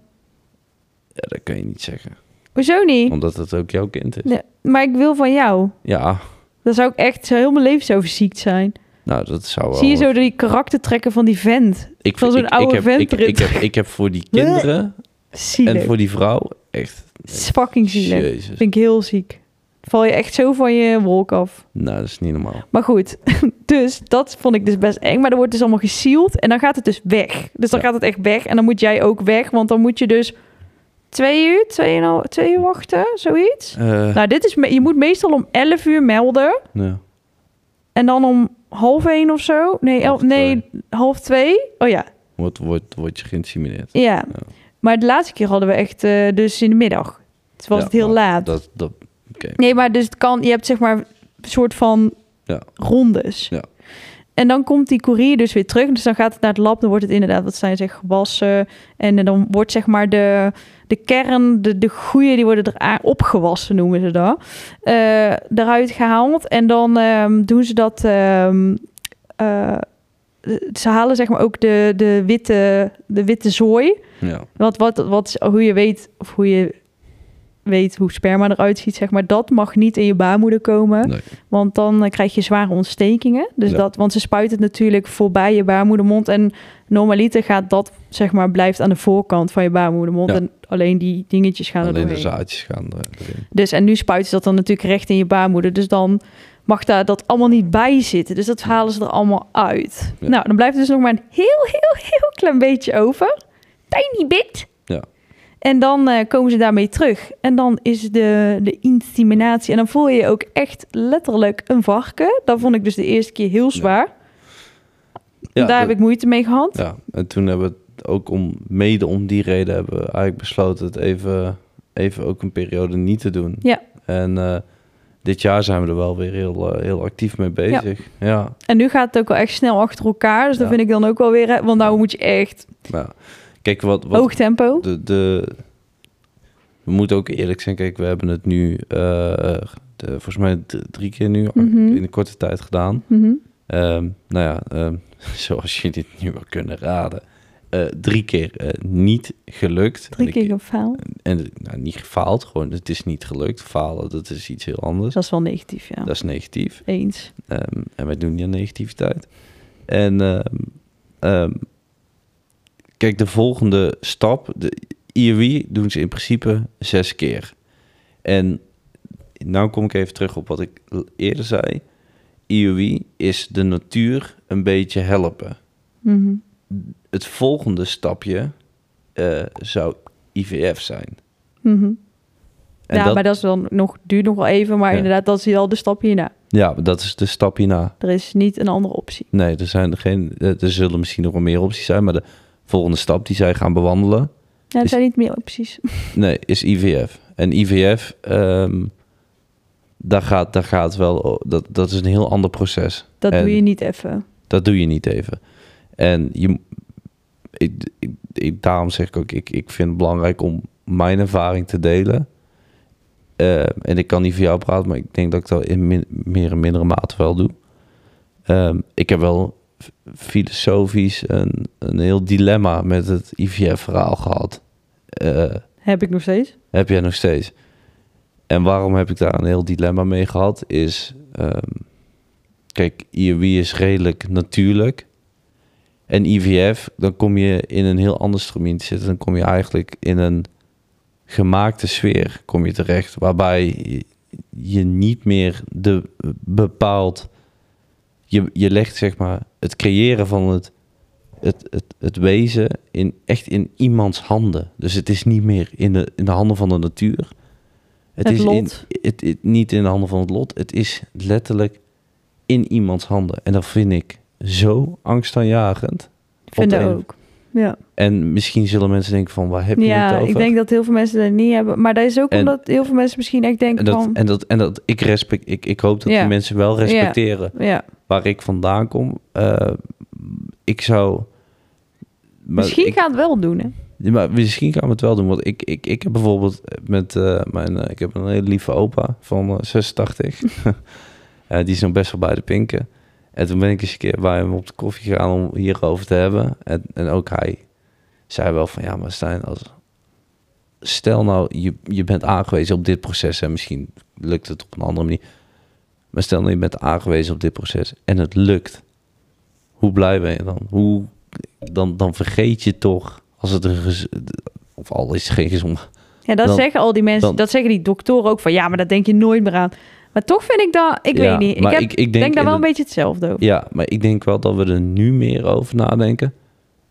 B: ja, dat kan je niet zeggen,
A: Hoezo niet?
B: omdat het ook jouw kind is.
A: Nee, maar ik wil van jou.
B: Ja,
A: Dan zou ik echt zo heel mijn leven zo verziekt zijn.
B: nou dat zou wel.
A: Zie je zo die karaktertrekken van die vent?
B: ik,
A: van zo'n oude
B: heb, ik,
A: ventrit.
B: ik, heb, ik heb voor die kinderen en
A: Zielig.
B: voor die vrouw echt.
A: Het is fucking zielig.
B: Jezus.
A: Vind ik heel ziek. Val je echt zo van je wolk af.
B: Nou, dat is niet normaal.
A: Maar goed, dus dat vond ik dus best eng. Maar er wordt dus allemaal gesield en dan gaat het dus weg. Dus dan
B: Ja.
A: gaat het echt weg en dan moet jij ook weg. Want dan moet je dus twee uur, tweeënhalf, twee uur wachten, zoiets.
B: Eh,
A: Nou, dit is, me- je moet meestal om 11 uur melden.
B: ja.
A: En dan om half één of zo. Nee,
B: Half
A: elf, nee half twee. Oh ja,
B: Wordt wordt wordt je geïntimideerd.
A: ja. Maar de laatste keer hadden we echt eh, dus in de middag. Toen was
B: Ja,
A: het heel
B: maar
A: laat.
B: Dat, dat,
A: Nee, maar dus het kan, je hebt zeg maar een soort van
B: Ja.
A: rondes.
B: Ja.
A: En dan komt die courier dus weer terug. Dus dan gaat het naar het lab. Dan wordt het inderdaad, wat zijn zeg, gewassen. En dan wordt zeg maar de, de kern, de, de goeie, die worden er a- opgewassen, noemen ze dat. eh eruit gehaald. En dan ehm, doen ze dat. ehm, eh, ze halen zeg maar ook de, de, witte, de witte zooi.
B: ja.
A: Wat, wat, wat, is- hoe je weet, of hoe je weet hoe sperma eruit ziet, zeg maar, dat mag niet in je baarmoeder komen.
B: Nee.
A: Want dan eh, krijg je zware ontstekingen. Dus
B: Ja.
A: dat, want ze spuit het natuurlijk voorbij je baarmoedermond. En normaliter gaat dat, zeg maar, blijft aan de voorkant van je baarmoedermond.
B: Ja.
A: En alleen die dingetjes gaan er
B: Alleen de
A: doorheen.
B: zaadjes gaan er- erin.
A: Dus en nu spuiten ze dat dan natuurlijk recht in je baarmoeder. Dus dan mag daar dat allemaal niet bij zitten. Dus dat halen ze er allemaal uit.
B: Ja.
A: Nou, dan blijft er dus nog maar een heel, heel, heel klein beetje over. Tiny bit.
B: Ja.
A: En dan eh, komen ze daarmee terug. En dan is de, de intiminatie. En dan voel je je ook echt letterlijk een varken. Dat vond ik dus de eerste keer heel zwaar.
B: Ja,
A: daar
B: dat-
A: heb ik moeite mee gehad.
B: ja, en toen hebben we het ook om, mede om die reden hebben we eigenlijk besloten het even, even ook een periode niet te doen.
A: Ja.
B: En eh, dit jaar zijn we er wel weer heel, eh, heel actief mee bezig. Ja. ja.
A: En nu gaat het ook wel echt snel achter elkaar. Dus dat
B: Ja.
A: vind ik dan ook wel weer... hè, Want nou moet je echt
B: Kijk, wat, wat
A: hoog tempo.
B: de, de, we moeten ook eerlijk zijn. Kijk, we hebben het nu, eh, de- volgens mij d- drie keer nu
A: Mhm.
B: in een korte tijd gedaan.
A: Mhm.
B: Ehm, nou ja, ehm, zoals jullie het nu wel kunnen raden. eh, drie keer eh, niet gelukt. En
A: Drie
B: ik-
A: keer gefaald.
B: En nou, niet gefaald, gewoon het is niet gelukt. Falen, dat is iets heel anders.
A: Dus dat is wel negatief, ja.
B: Dat is negatief.
A: Eens.
B: Ehm, en wij doen niet aan negativiteit. En ehm, ehm, kijk, de volgende stap, de IOI doen ze in principe zes keer. En nou kom ik even terug op wat ik l- eerder zei. IOI is de natuur een beetje helpen.
A: Mhm.
B: Het volgende stapje eh, zou IVF zijn.
A: Mhm.
B: En
A: ja,
B: dat-
A: maar dat is dan nog, duurt nog wel even. Maar
B: Ja.
A: inderdaad, dat is al de stap hierna.
B: ja, dat is de stap hierna.
A: Er is niet een andere optie.
B: Nee, er, zijn er, geen, eh, er zullen misschien nog wel meer opties zijn, maar de volgende stap die zij gaan bewandelen,
A: Ja, er
B: Is-
A: zijn niet meer opties.
B: nee, is IVF. En IVF, ehm, daar, gaat, daar gaat wel, dat, dat is een heel ander proces.
A: Dat
B: En-
A: doe je niet even.
B: Dat doe je niet even. En je, ik, ik- ik- daarom zeg ik ook, ik, ik vind het belangrijk om mijn ervaring te delen. Eh, en ik kan niet voor jou praten, maar ik denk dat ik dat in min- meer en mindere mate wel doe. Ehm, ik heb wel f- filosofisch een, een heel dilemma met het IVF-verhaal gehad. Eh,
A: Heb ik nog steeds.
B: heb jij nog steeds. En waarom heb ik daar een heel dilemma mee gehad? Is, ehm, kijk, IOI is redelijk natuurlijk. En IVF, dan kom je in een heel ander stromien te zitten. Dan kom je eigenlijk in een gemaakte sfeer kom je terecht. Waarbij je- je niet meer de bepaalt. Je, je legt zeg maar het creëren van het, het, het, het wezen in, echt in iemands handen. Dus het is niet meer in de, in de handen van de natuur.
A: Het
B: is In,
A: lot.
B: het, het- niet in de handen van het lot. Het is letterlijk in iemands handen. En dat vind ik zo angstaanjagend.
A: Vinden
B: Op de een-
A: ook. Ja,
B: En misschien zullen mensen denken van, waar heb je het
A: ja
B: over?
A: ik denk dat heel veel mensen dat niet hebben. Maar dat is ook
B: En-
A: omdat heel veel mensen misschien echt denken
B: en, dat,
A: van...
B: en, dat, en dat ik respect, ik, ik hoop dat
A: Ja.
B: die mensen wel
A: Ja.
B: respecteren
A: ja,
B: waar ik vandaan kom. Eh, ik zou. Maar
A: misschien
B: ik,
A: gaat het wel doen, hè?
B: Ja, Maar misschien gaan we het wel doen. Want ik, ik, ik heb bijvoorbeeld met eh, mijn... eh, ik heb een hele lieve opa van eh, 86. Eh, die is nog best wel bij de pinken. En toen ben ik eens een keer bij hem op de koffie gegaan om hierover te hebben. En, en ook hij zei wel van... Ja, maar Stijn, als, stel nou je, je bent aangewezen op dit proces. En misschien lukt het op een andere manier. Maar stel nou je bent aangewezen op dit proces en het lukt. Hoe blij ben je dan? Hoe dan, dan vergeet je toch, als het een gez- of al is het geen gezond.
A: Ja, dat
B: Dan-
A: zeggen al die mensen,
B: dan-
A: dat zeggen die doktoren ook van... Ja, maar dat denk je nooit meer aan. Maar toch vind ik dat... Ik
B: Ja,
A: weet niet. Ik,
B: maar
A: heb,
B: ik- ik
A: denk,
B: denk
A: daar wel
B: inderdaad-
A: een beetje hetzelfde over.
B: Ja, maar ik denk wel dat we er nu meer over nadenken.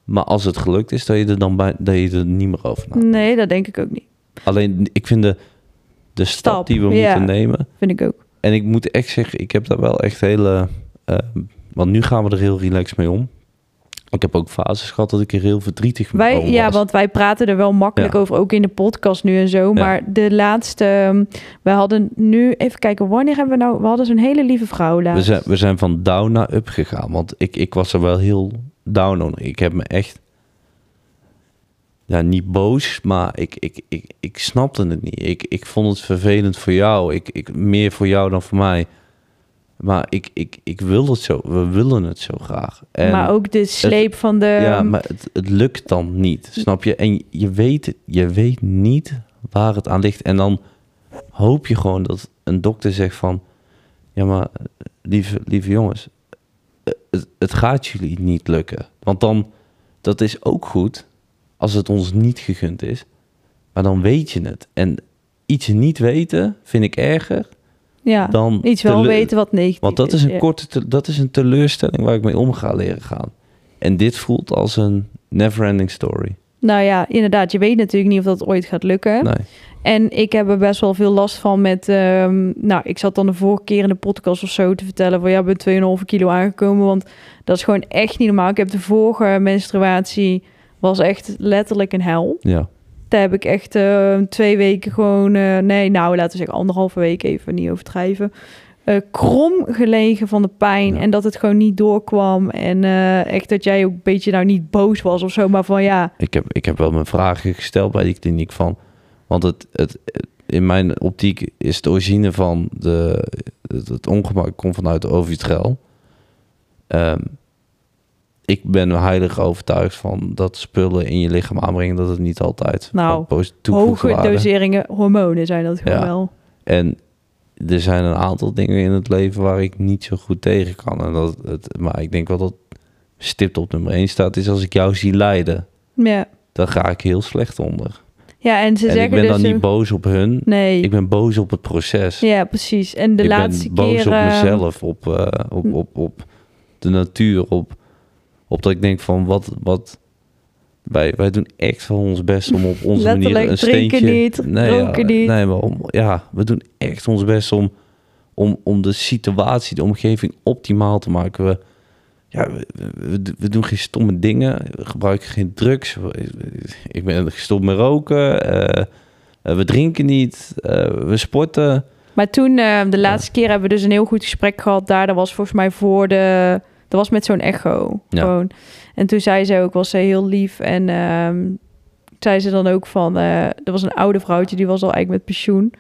B: Maar als het gelukt is, dat je er dan bij, dat je er niet meer over nadenkt.
A: Nee, dat denk ik ook niet.
B: Alleen, ik vind de, de
A: Mm.
B: stap,
A: Stap,
B: die we
A: ja.
B: moeten nemen.
A: Vind ik ook.
B: En ik moet echt zeggen, ik heb daar wel echt hele. eh, want nu gaan we er heel relaxed mee om. Ik heb ook fases gehad dat ik er heel verdrietig mee
A: Wij,
B: over
A: ja,
B: was.
A: want wij praten er wel makkelijk
B: Ja.
A: over, ook in de podcast nu en zo. Maar de laatste, ehm, we hadden nu, even kijken, wanneer hebben we nou, we hadden zo'n hele lieve vrouw
B: We
A: laatst.
B: zijn, we zijn van down naar up gegaan. Want ik, ik was er wel heel down on. Ik heb me echt... Ja, niet boos, maar ik, ik, ik, ik snapte het niet. Ik, ik vond het vervelend voor jou. Ik, ik, meer voor jou dan voor mij. Maar ik, ik, ik wil het zo. We willen het zo graag. En
A: maar ook de sleep van de, ehm,
B: ja, maar het, het lukt dan niet, snap je? En je weet, het- je weet niet waar het aan ligt. En dan hoop je gewoon dat een dokter zegt van... Ja, maar eh, lieve, lieve jongens, eh, het, het gaat jullie niet lukken. Want dan, dat is ook goed als het ons niet gegund is. Maar dan weet je het. En iets niet weten vind ik erger
A: ja,
B: dan...
A: iets wel
B: tele-
A: weten wat negatief
B: want dat is een
A: ja.
B: korte, te- dat is een teleurstelling waar ik mee om ga leren gaan. En dit voelt als een never-ending story.
A: Nou ja, inderdaad, je weet natuurlijk niet of dat ooit gaat lukken.
B: Nee.
A: En ik heb er best wel veel last van met... ehm, nou, ik zat dan de vorige keer in de podcast of zo te vertellen... van ja, ik ben 2,5 kilo aangekomen. Want dat is gewoon echt niet normaal. Ik heb de vorige menstruatie... was echt letterlijk een hel.
B: Ja.
A: Daar heb ik echt eh, twee weken gewoon... eh, nee, nou, laten we zeggen anderhalve week even niet overdrijven. eh, krom gelegen van de pijn.
B: Ja.
A: En dat het gewoon niet doorkwam. En eh, echt dat jij ook een beetje nou niet boos was of zo. Maar van ja,
B: Ik heb, ik heb wel mijn vragen gesteld bij die kliniek van... Want het, het, het- in mijn optiek is de origine van de, het, het ongemak komt vanuit de ovitrel. Ehm, ik ben er heilig overtuigd van dat spullen in je lichaam aanbrengen... dat het niet altijd
A: Nou,
B: van positief toegevoegde
A: hoge
B: waarde-
A: doseringen hormonen zijn dat gewoon
B: Ja.
A: wel.
B: En er zijn een aantal dingen in het leven waar ik niet zo goed tegen kan. En dat het, maar ik denk wel dat stipt op nummer 1 staat, is als ik jou zie lijden.
A: Ja.
B: Dan ga ik heel slecht onder.
A: Ja, en ze
B: en ik
A: zeggen
B: ben
A: dus...
B: dan
A: ook-
B: niet boos op hun.
A: nee,
B: Ik ben boos op het proces.
A: ja, precies. En de
B: ik
A: laatste
B: ben boos
A: keer...
B: op
A: ehm,
B: mezelf, op, eh, op,
A: Hm.
B: op, op de natuur, op, op dat ik denk van wat... wat wij, wij doen echt wel ons best om op onze manier
A: Letterlijk,
B: een
A: drinken
B: steentje...
A: niet, roken
B: ja,
A: niet.
B: Nee, maar om, ja, we doen echt ons best om, om, om de situatie, de omgeving optimaal te maken. We, ja, we, we, we doen geen stomme dingen, we gebruiken geen drugs. We- Ik ben gestopt met roken, eh, eh, we drinken niet, eh, we sporten.
A: Maar toen, ehm, de laatste keer hebben we dus een heel goed gesprek gehad daar. Dat was volgens mij voor de... Dat was met zo'n echo.
B: Ja.
A: Gewoon. En toen zei ze ook, was ze heel lief. En ehm, zei ze dan ook van... eh, er was een oude vrouwtje, die was al eigenlijk met pensioen.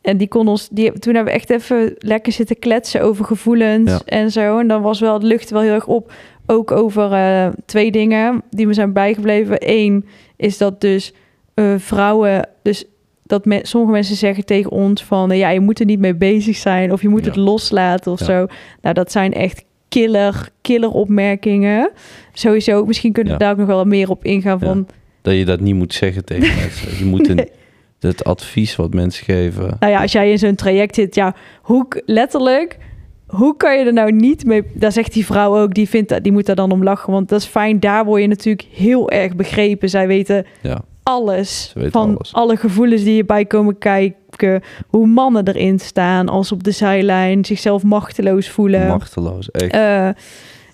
A: En die kon ons... Die, toen hebben we echt even lekker zitten kletsen over gevoelens
B: Ja.
A: en zo. En dan was wel de lucht wel heel erg op. Ook over eh, twee dingen die me zijn bijgebleven. Eén is dat dus eh, vrouwen... Dus dat me- sommige mensen zeggen tegen ons van... eh, ja, je moet er niet mee bezig zijn of je moet
B: Ja.
A: het loslaten of
B: Ja.
A: zo. Nou, dat zijn echt killer, killer opmerkingen. Sowieso, misschien kunnen we
B: Ja.
A: daar ook nog wel wat meer op ingaan
B: Ja.
A: van...
B: Dat je dat niet moet zeggen tegen mensen. Je moet een, het advies wat mensen geven.
A: Nou ja, als jij in zo'n traject zit, ja, hoe k- letterlijk, hoe kan je er nou niet mee? Daar zegt die vrouw ook, die vindt dat, die moet daar dan om lachen, want dat is fijn. Daar word je natuurlijk heel erg begrepen. Zij weten
B: Ja,
A: alles
B: Ze weten
A: van
B: alles.
A: alle gevoelens die hierbij komen kijken, hoe mannen erin staan, als op de zijlijn, zichzelf machteloos voelen.
B: machteloos. Echt.
A: Eh,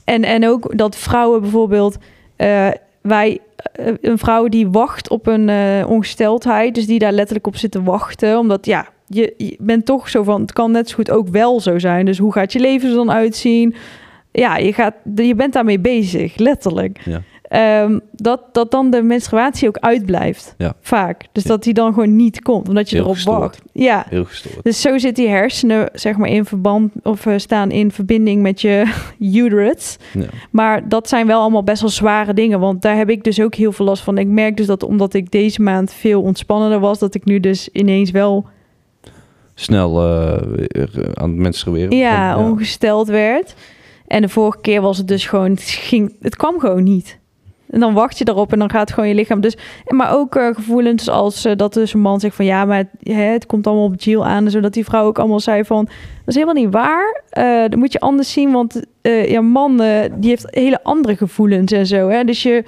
A: en, en ook dat vrouwen bijvoorbeeld eh, wij, eh, een vrouw die wacht op een eh, ongesteldheid, dus die daar letterlijk op zit te wachten, omdat ja, je, je bent toch zo van, het kan net zo goed ook wel zo zijn. Dus hoe gaat je leven er dan uitzien? Ja, je, gaat, je bent daarmee bezig, letterlijk.
B: Ja.
A: Ehm, dat, dat dan de menstruatie ook uitblijft,
B: Ja.
A: vaak. Dus
B: Ja.
A: dat die dan gewoon niet komt, omdat je
B: Heel
A: erop
B: gestoord.
A: wacht. Ja.
B: Heel gestoord.
A: Dus zo zit die hersenen, zeg maar, in verband of eh, staan in verbinding met je uterus.
B: Ja.
A: Maar dat zijn wel allemaal best wel zware dingen, want daar heb ik dus ook heel veel last van. Ik merk dus dat omdat ik deze maand veel ontspannender was, dat ik nu dus ineens wel
B: Snel eh, weer aan het menstrueren.
A: ja,
B: begon,
A: ongesteld werd. En de vorige keer was het dus gewoon, het, ging, het kwam gewoon niet. En dan wacht je daarop en dan gaat gewoon je lichaam. Dus, maar ook eh, gevoelens als eh, dat dus een man zegt van ja, maar het, hè, het komt allemaal op Jill aan. Zodat die vrouw ook allemaal zei van dat is helemaal niet waar. Eh dat moet je anders zien, want eh ja, man eh, die heeft hele andere gevoelens en zo. Hè? Dus je,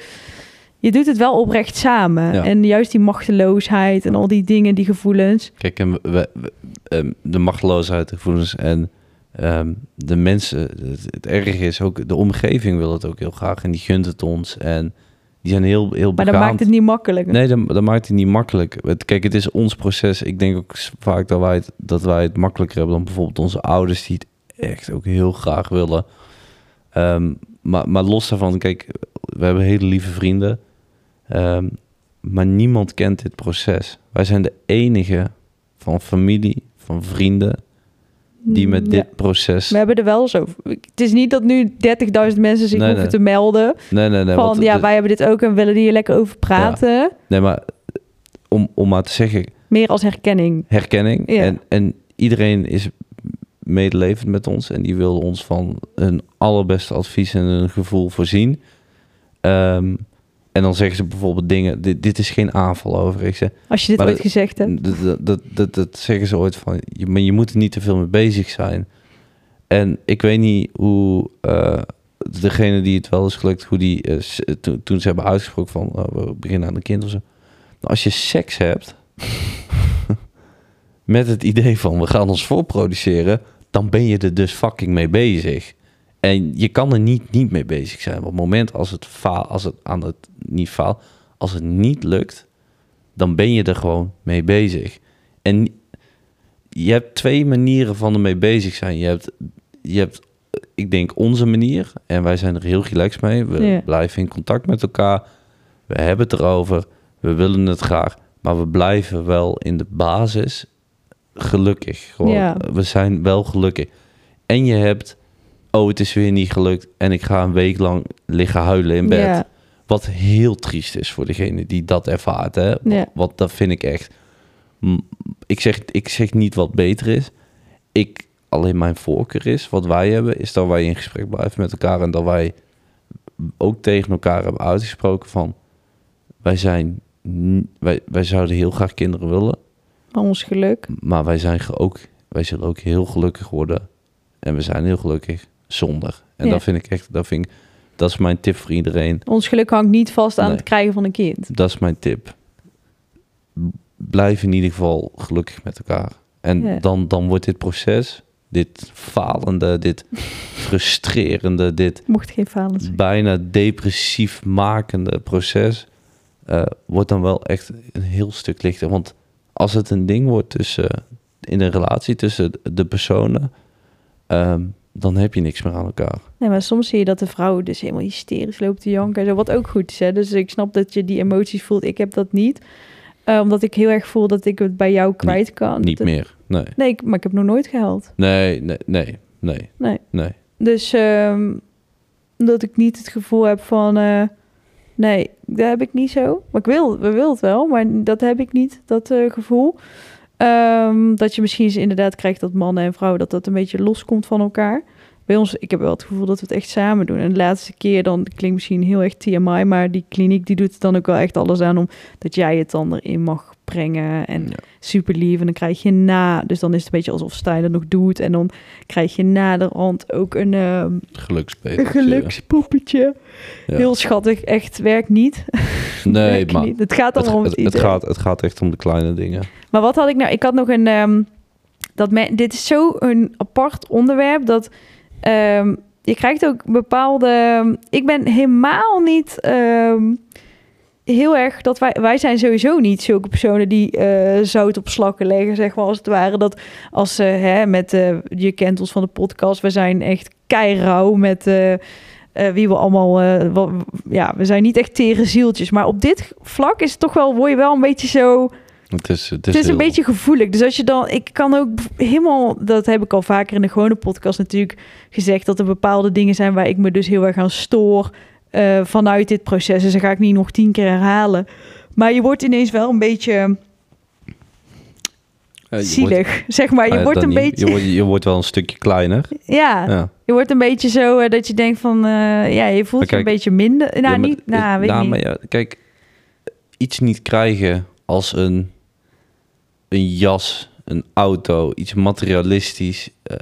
A: je doet het wel oprecht samen.
B: Ja.
A: En juist die machteloosheid en al die dingen, die gevoelens.
B: Kijk, en we, we- we- ehm, de machteloosheid, de gevoelens en ehm, de mensen. Het, het erg is ook, de omgeving wil het ook heel graag en die gunt het ons. En die zijn heel, heel
A: Maar dat maakt
B: begaand.
A: het niet makkelijk.
B: Nee, dat, dat maakt het niet makkelijk. Het- kijk, het is ons proces. Ik denk ook s- vaak dat wij, het, dat wij het makkelijker hebben dan bijvoorbeeld onze ouders, die het echt ook heel graag willen. Ehm, maar, maar los daarvan, kijk, we hebben hele lieve vrienden. Ehm, maar niemand kent dit proces. Wij zijn de enige van familie, van vrienden, die met
A: Mm, Ja.
B: dit proces.
A: We hebben er wel zo. Het is niet dat nu 30.000 mensen zich
B: Nee,
A: hoeven
B: nee.
A: te melden.
B: Nee, nee, nee.
A: van
B: want
A: ja,
B: de-
A: wij hebben dit ook en willen hier lekker over praten.
B: nee maar om, om maar te zeggen,
A: Meer als herkenning.
B: herkenning.
A: Ja.
B: En, en iedereen is medelevend met ons en die wil ons van hun allerbeste advies en hun gevoel voorzien. Ehm, en dan zeggen ze bijvoorbeeld dingen, dit, dit is geen aanval overigens. hè.
A: Als je dit
B: Maar
A: ooit
B: dat-
A: gezegd hebt.
B: Dat, dat, dat, dat, dat zeggen ze ooit van, je, maar je moet er niet te veel mee bezig zijn. En ik weet niet hoe eh, degene die het wel is gelukt, hoe die eh, s- toen- toen ze hebben uitgesproken van, oh, we beginnen aan een kind of zo. Maar als je seks hebt met het idee van, we gaan ons voorproduceren, dan ben je er dus fucking mee bezig. En je kan er niet, niet mee bezig zijn. Want op het moment als het, faal, als het aan het niet faalt, als het niet lukt, dan ben je er gewoon mee bezig. En je hebt twee manieren van ermee bezig zijn. Je hebt, je hebt ik denk, onze manier. En wij zijn er heel relaxed mee. We
A: Ja.
B: blijven in contact met elkaar. We hebben het erover. We willen het graag. Maar we blijven wel in de basis gelukkig. Gewoon.
A: Ja.
B: We zijn wel gelukkig. En je hebt, oh, het is weer niet gelukt. En ik ga een week lang liggen huilen in bed.
A: Ja,
B: Wat heel triest is voor degene die dat ervaart. Hè?
A: Ja.
B: Want dat vind ik echt. m, Ik zeg, ik zeg niet wat beter is. Ik, alleen mijn voorkeur is, wat wij hebben, is dat wij in gesprek blijven met elkaar. En dat wij ook tegen elkaar hebben uitgesproken van wij zijn. n- Wij, wij zouden heel graag kinderen willen.
A: maar ons geluk.
B: Maar wij zijn ge- ook, wij zullen ook heel gelukkig worden. En we zijn heel gelukkig zonder. En
A: Ja.
B: dat vind ik echt, dat vind ik, dat is mijn tip voor iedereen.
A: Ons geluk hangt niet vast aan
B: Nee.
A: het krijgen van een kind.
B: Dat is mijn tip. B- Blijf in ieder geval gelukkig met elkaar. En
A: Ja.
B: dan, dan wordt dit proces, dit falende, dit frustrerende, dit
A: Mocht geen falen zijn.
B: bijna depressief makende proces, eh, wordt dan wel echt een heel stuk lichter. Want als het een ding wordt tussen, in een relatie tussen de personen, ehm, dan heb je niks meer aan elkaar.
A: Nee, maar soms zie je dat de vrouw dus helemaal hysterisch loopt te janken. en Zo, wat ook goed is. Hè? Dus ik snap dat je die emoties voelt. Ik heb dat niet. Eh, omdat ik heel erg voel dat ik het bij jou kwijt kan.
B: Niet
A: Dat-
B: meer. Nee,
A: Nee, ik- maar ik heb nog nooit gehuild.
B: nee, nee, nee, nee.
A: Nee.
B: nee.
A: Dus ehm, dat ik niet het gevoel heb van... eh, nee, dat heb ik niet zo. Maar ik wil, we wil het wel, maar dat heb ik niet, dat eh, gevoel. Ehm, dat je misschien eens inderdaad krijgt dat mannen en vrouwen... dat dat een beetje loskomt van elkaar. Bij ons, ik heb wel het gevoel dat we het echt samen doen. En de laatste keer, dan dat klinkt misschien heel echt TMI... maar die kliniek die doet er dan ook wel echt alles aan... om dat jij het dan erin mag brengen. En
B: Ja.
A: super lief en dan krijg je na. Dus dan is het een beetje alsof Stijn dat nog doet. En dan krijg je na de rand ook een, ehm,
B: Gelukspeter.
A: een gelukspoppetje.
B: Ja.
A: Heel schattig, echt, werkt niet.
B: Nee,
A: Werkt
B: maar
A: niet. Het gaat
B: het,
A: allemaal om
B: het,
A: het,
B: het
A: idee.
B: gaat, het gaat echt om de kleine dingen.
A: Maar wat had ik nou? Ik had nog een. ehm, dat men, dit is zo een apart onderwerp dat. ehm, je krijgt ook bepaalde. ehm, Ik ben helemaal niet ehm, heel erg dat wij. Wij zijn sowieso niet zulke personen die eh, zout op slakken leggen, zeg maar als het ware. Dat als ze hè, met eh, je kent ons van de podcast, we zijn echt keirauw met eh, eh, wie we allemaal. eh, wa- ja, we zijn niet echt tere zieltjes. Maar op dit vlak is het toch wel, word je wel een beetje zo.
B: Het is, het is,
A: Het is een
B: heel-
A: beetje gevoelig. Dus als je dan, ik kan ook b- helemaal, dat heb ik al vaker in de gewone podcast natuurlijk gezegd, dat er bepaalde dingen zijn waar ik me dus heel erg aan stoor eh, vanuit dit proces. Dus dat ga ik niet nog tien keer herhalen. Maar je wordt ineens wel een beetje
B: eh, je
A: zielig, zeg maar. Je
B: eh,
A: wordt
B: dan
A: een
B: niet.
A: beetje,
B: Je wordt, je wordt wel een stukje kleiner.
A: ja,
B: Ja.
A: je wordt een beetje zo eh, dat je denkt van, eh, ja, je voelt
B: Maar
A: je een
B: kijk,
A: beetje minder. Nou,
B: Ja, maar
A: niet,
B: het-
A: nou, weet ik
B: nou,
A: niet.
B: maar ja, kijk, iets niet krijgen als een, een jas, een auto, iets materialistisch eh,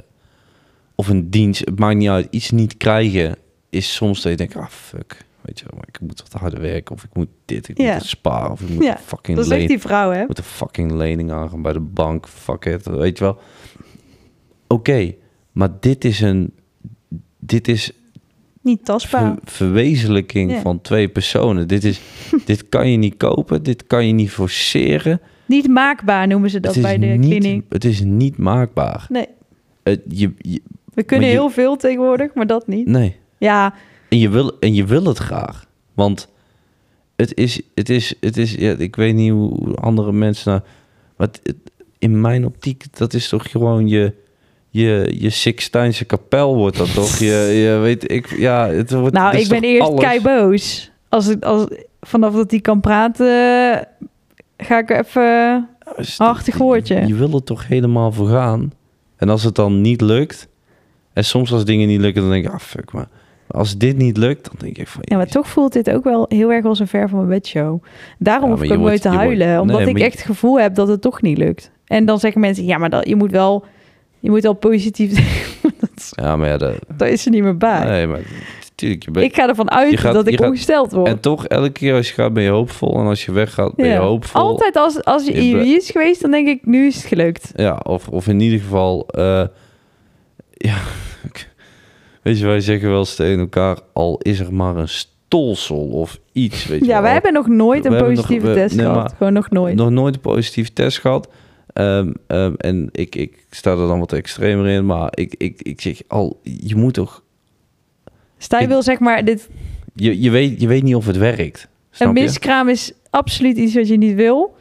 B: of een dienst. Het maakt niet uit. Iets niet krijgen is soms dat je denkt, ah fuck, weet je, wel, maar ik moet wat harder werken of ik moet dit, ik
A: Ja.
B: moet het sparen of ik moet
A: Ja,
B: een fucking
A: Dat zegt
B: leen,
A: die vrouw, hè?
B: moet een fucking lening aangaan bij de bank, fuck it, weet je wel. Oké, maar dit is een, dit is
A: Niet tastbaar.
B: ver- verwezenlijking
A: Ja.
B: van twee personen. Dit, is, dit kan je niet kopen, dit kan je niet forceren.
A: Niet maakbaar noemen ze dat
B: het,
A: bij
B: is
A: de
B: niet,
A: kliniek.
B: het is niet maakbaar.
A: Nee,
B: Het, je, je-
A: we kunnen
B: je-
A: heel veel tegenwoordig, maar dat niet.
B: nee.
A: Ja,
B: En je, wil, en je wil het graag. Want het is, het is, het is ja, ik weet niet hoe hoe andere mensen. nou- maar het- het- in mijn optiek, dat is toch gewoon je. Je, je Sixtijnse kapel wordt dat toch? Je, je weet, ik, ja, het wordt.
A: nou,
B: het is
A: ik ben
B: toch
A: eerst
B: alles.
A: kei boos. Als ik, als, vanaf dat hij kan praten, ga ik er even... Hartig woordje.
B: Je, je wil er toch helemaal voor gaan. En als het dan niet lukt. En soms als dingen niet lukken, dan denk ik, ah fuck maar. Als dit niet lukt, dan denk ik van...
A: Ja, maar toch voelt dit ook wel heel erg als een ver van mijn bedshow. Daarom
B: Ja,
A: hoef
B: maar
A: ik
B: je
A: ook nooit
B: wordt-
A: te
B: je wordt-
A: huilen. omdat
B: nee,
A: ik
B: maar je-
A: echt het gevoel heb dat het toch niet lukt. En dan zeggen mensen, ja, maar dat, je moet wel... Je moet wel positief...
B: Ja, maar ja, dat,
A: Daar is ze niet meer bij.
B: nee, maar natuurlijk. Je bent,
A: ik ga ervan uit
B: je gaat-
A: dat
B: je
A: ik
B: gaat-
A: ongesteld word.
B: en toch, elke keer als je gaat ben je hoopvol. En als je weggaat ben je
A: Ja.
B: hoopvol.
A: Altijd als, als je
B: Je ble-
A: jaloers is geweest, dan denk ik, nu is het gelukt.
B: Ja, of, of in ieder geval... eh, ja, ik- weet je, wij zeggen wel eens tegen elkaar... Al is er maar een stolsel of iets, weet je
A: Ja,
B: wel.
A: wij hebben nog nooit
B: we
A: een
B: hebben nog-
A: positieve
B: we-
A: test
B: nee,
A: gehad.
B: maar-
A: Gewoon nog nooit.
B: Nog nooit een positieve test gehad. Ehm, ehm, en ik, ik sta er dan wat extremer in, maar ik, ik, ik zeg al, je moet toch...
A: Stij
B: Ik-
A: wil zeg maar, dit,
B: Je, je, weet, je weet niet of het werkt, snap
A: een
B: je?
A: miskraam is absoluut iets wat je niet wil.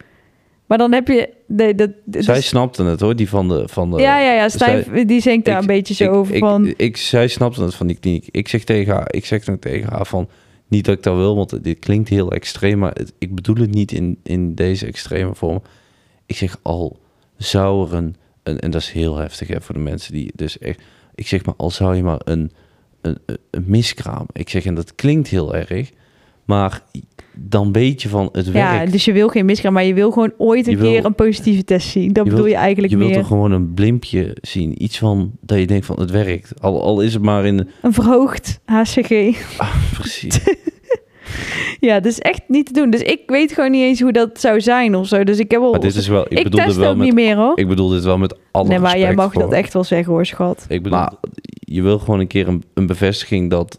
A: Maar dan heb je... Nee, dat, dit
B: Zij
A: is-
B: snapte het hoor, die van de... Van de
A: dus- ja, ja, ja. Stijn, die zinkt daar
B: ik-
A: een beetje zo
B: ik,
A: over
B: ik,
A: van...
B: Ik, zij snapte het van die kliniek. Ik zeg tegen haar, ik zeg dan tegen haar van... Niet dat ik dat wil, want dit klinkt heel extreem, maar het- ik bedoel het niet in, in deze extreme vorm. Ik zeg al, zou er een, een- en dat is heel heftig hè, voor de mensen die dus echt, ik zeg maar, al zou je maar een, een, een miskraam. Ik zeg, en dat klinkt heel erg, maar dan weet je van het
A: ja,
B: werkt.
A: dus je wil geen miskraam, maar je wil gewoon ooit een
B: Je wil-
A: keer een positieve test zien. Dat
B: je
A: bedoel
B: wilt-
A: je eigenlijk
B: je wilt
A: meer.
B: er gewoon een blimpje zien. Iets van dat je denkt van het werkt. Al, al is het maar in.
A: Een verhoogd HCG.
B: Ah, precies.
A: Ja, dat is echt niet te doen. Dus ik weet gewoon niet eens hoe dat zou zijn of zo. Dus ik heb al...
B: Maar dit is wel. Ik,
A: ik
B: bedoel dit
A: test ook
B: wel met.
A: niet meer hoor.
B: Ik bedoel dit wel met alle
A: nee, maar jij
B: respect
A: mag
B: voor-
A: dat echt wel zeggen hoor, schat.
B: Ik bedoel,
A: Maar-
B: je wil gewoon een keer een, een bevestiging dat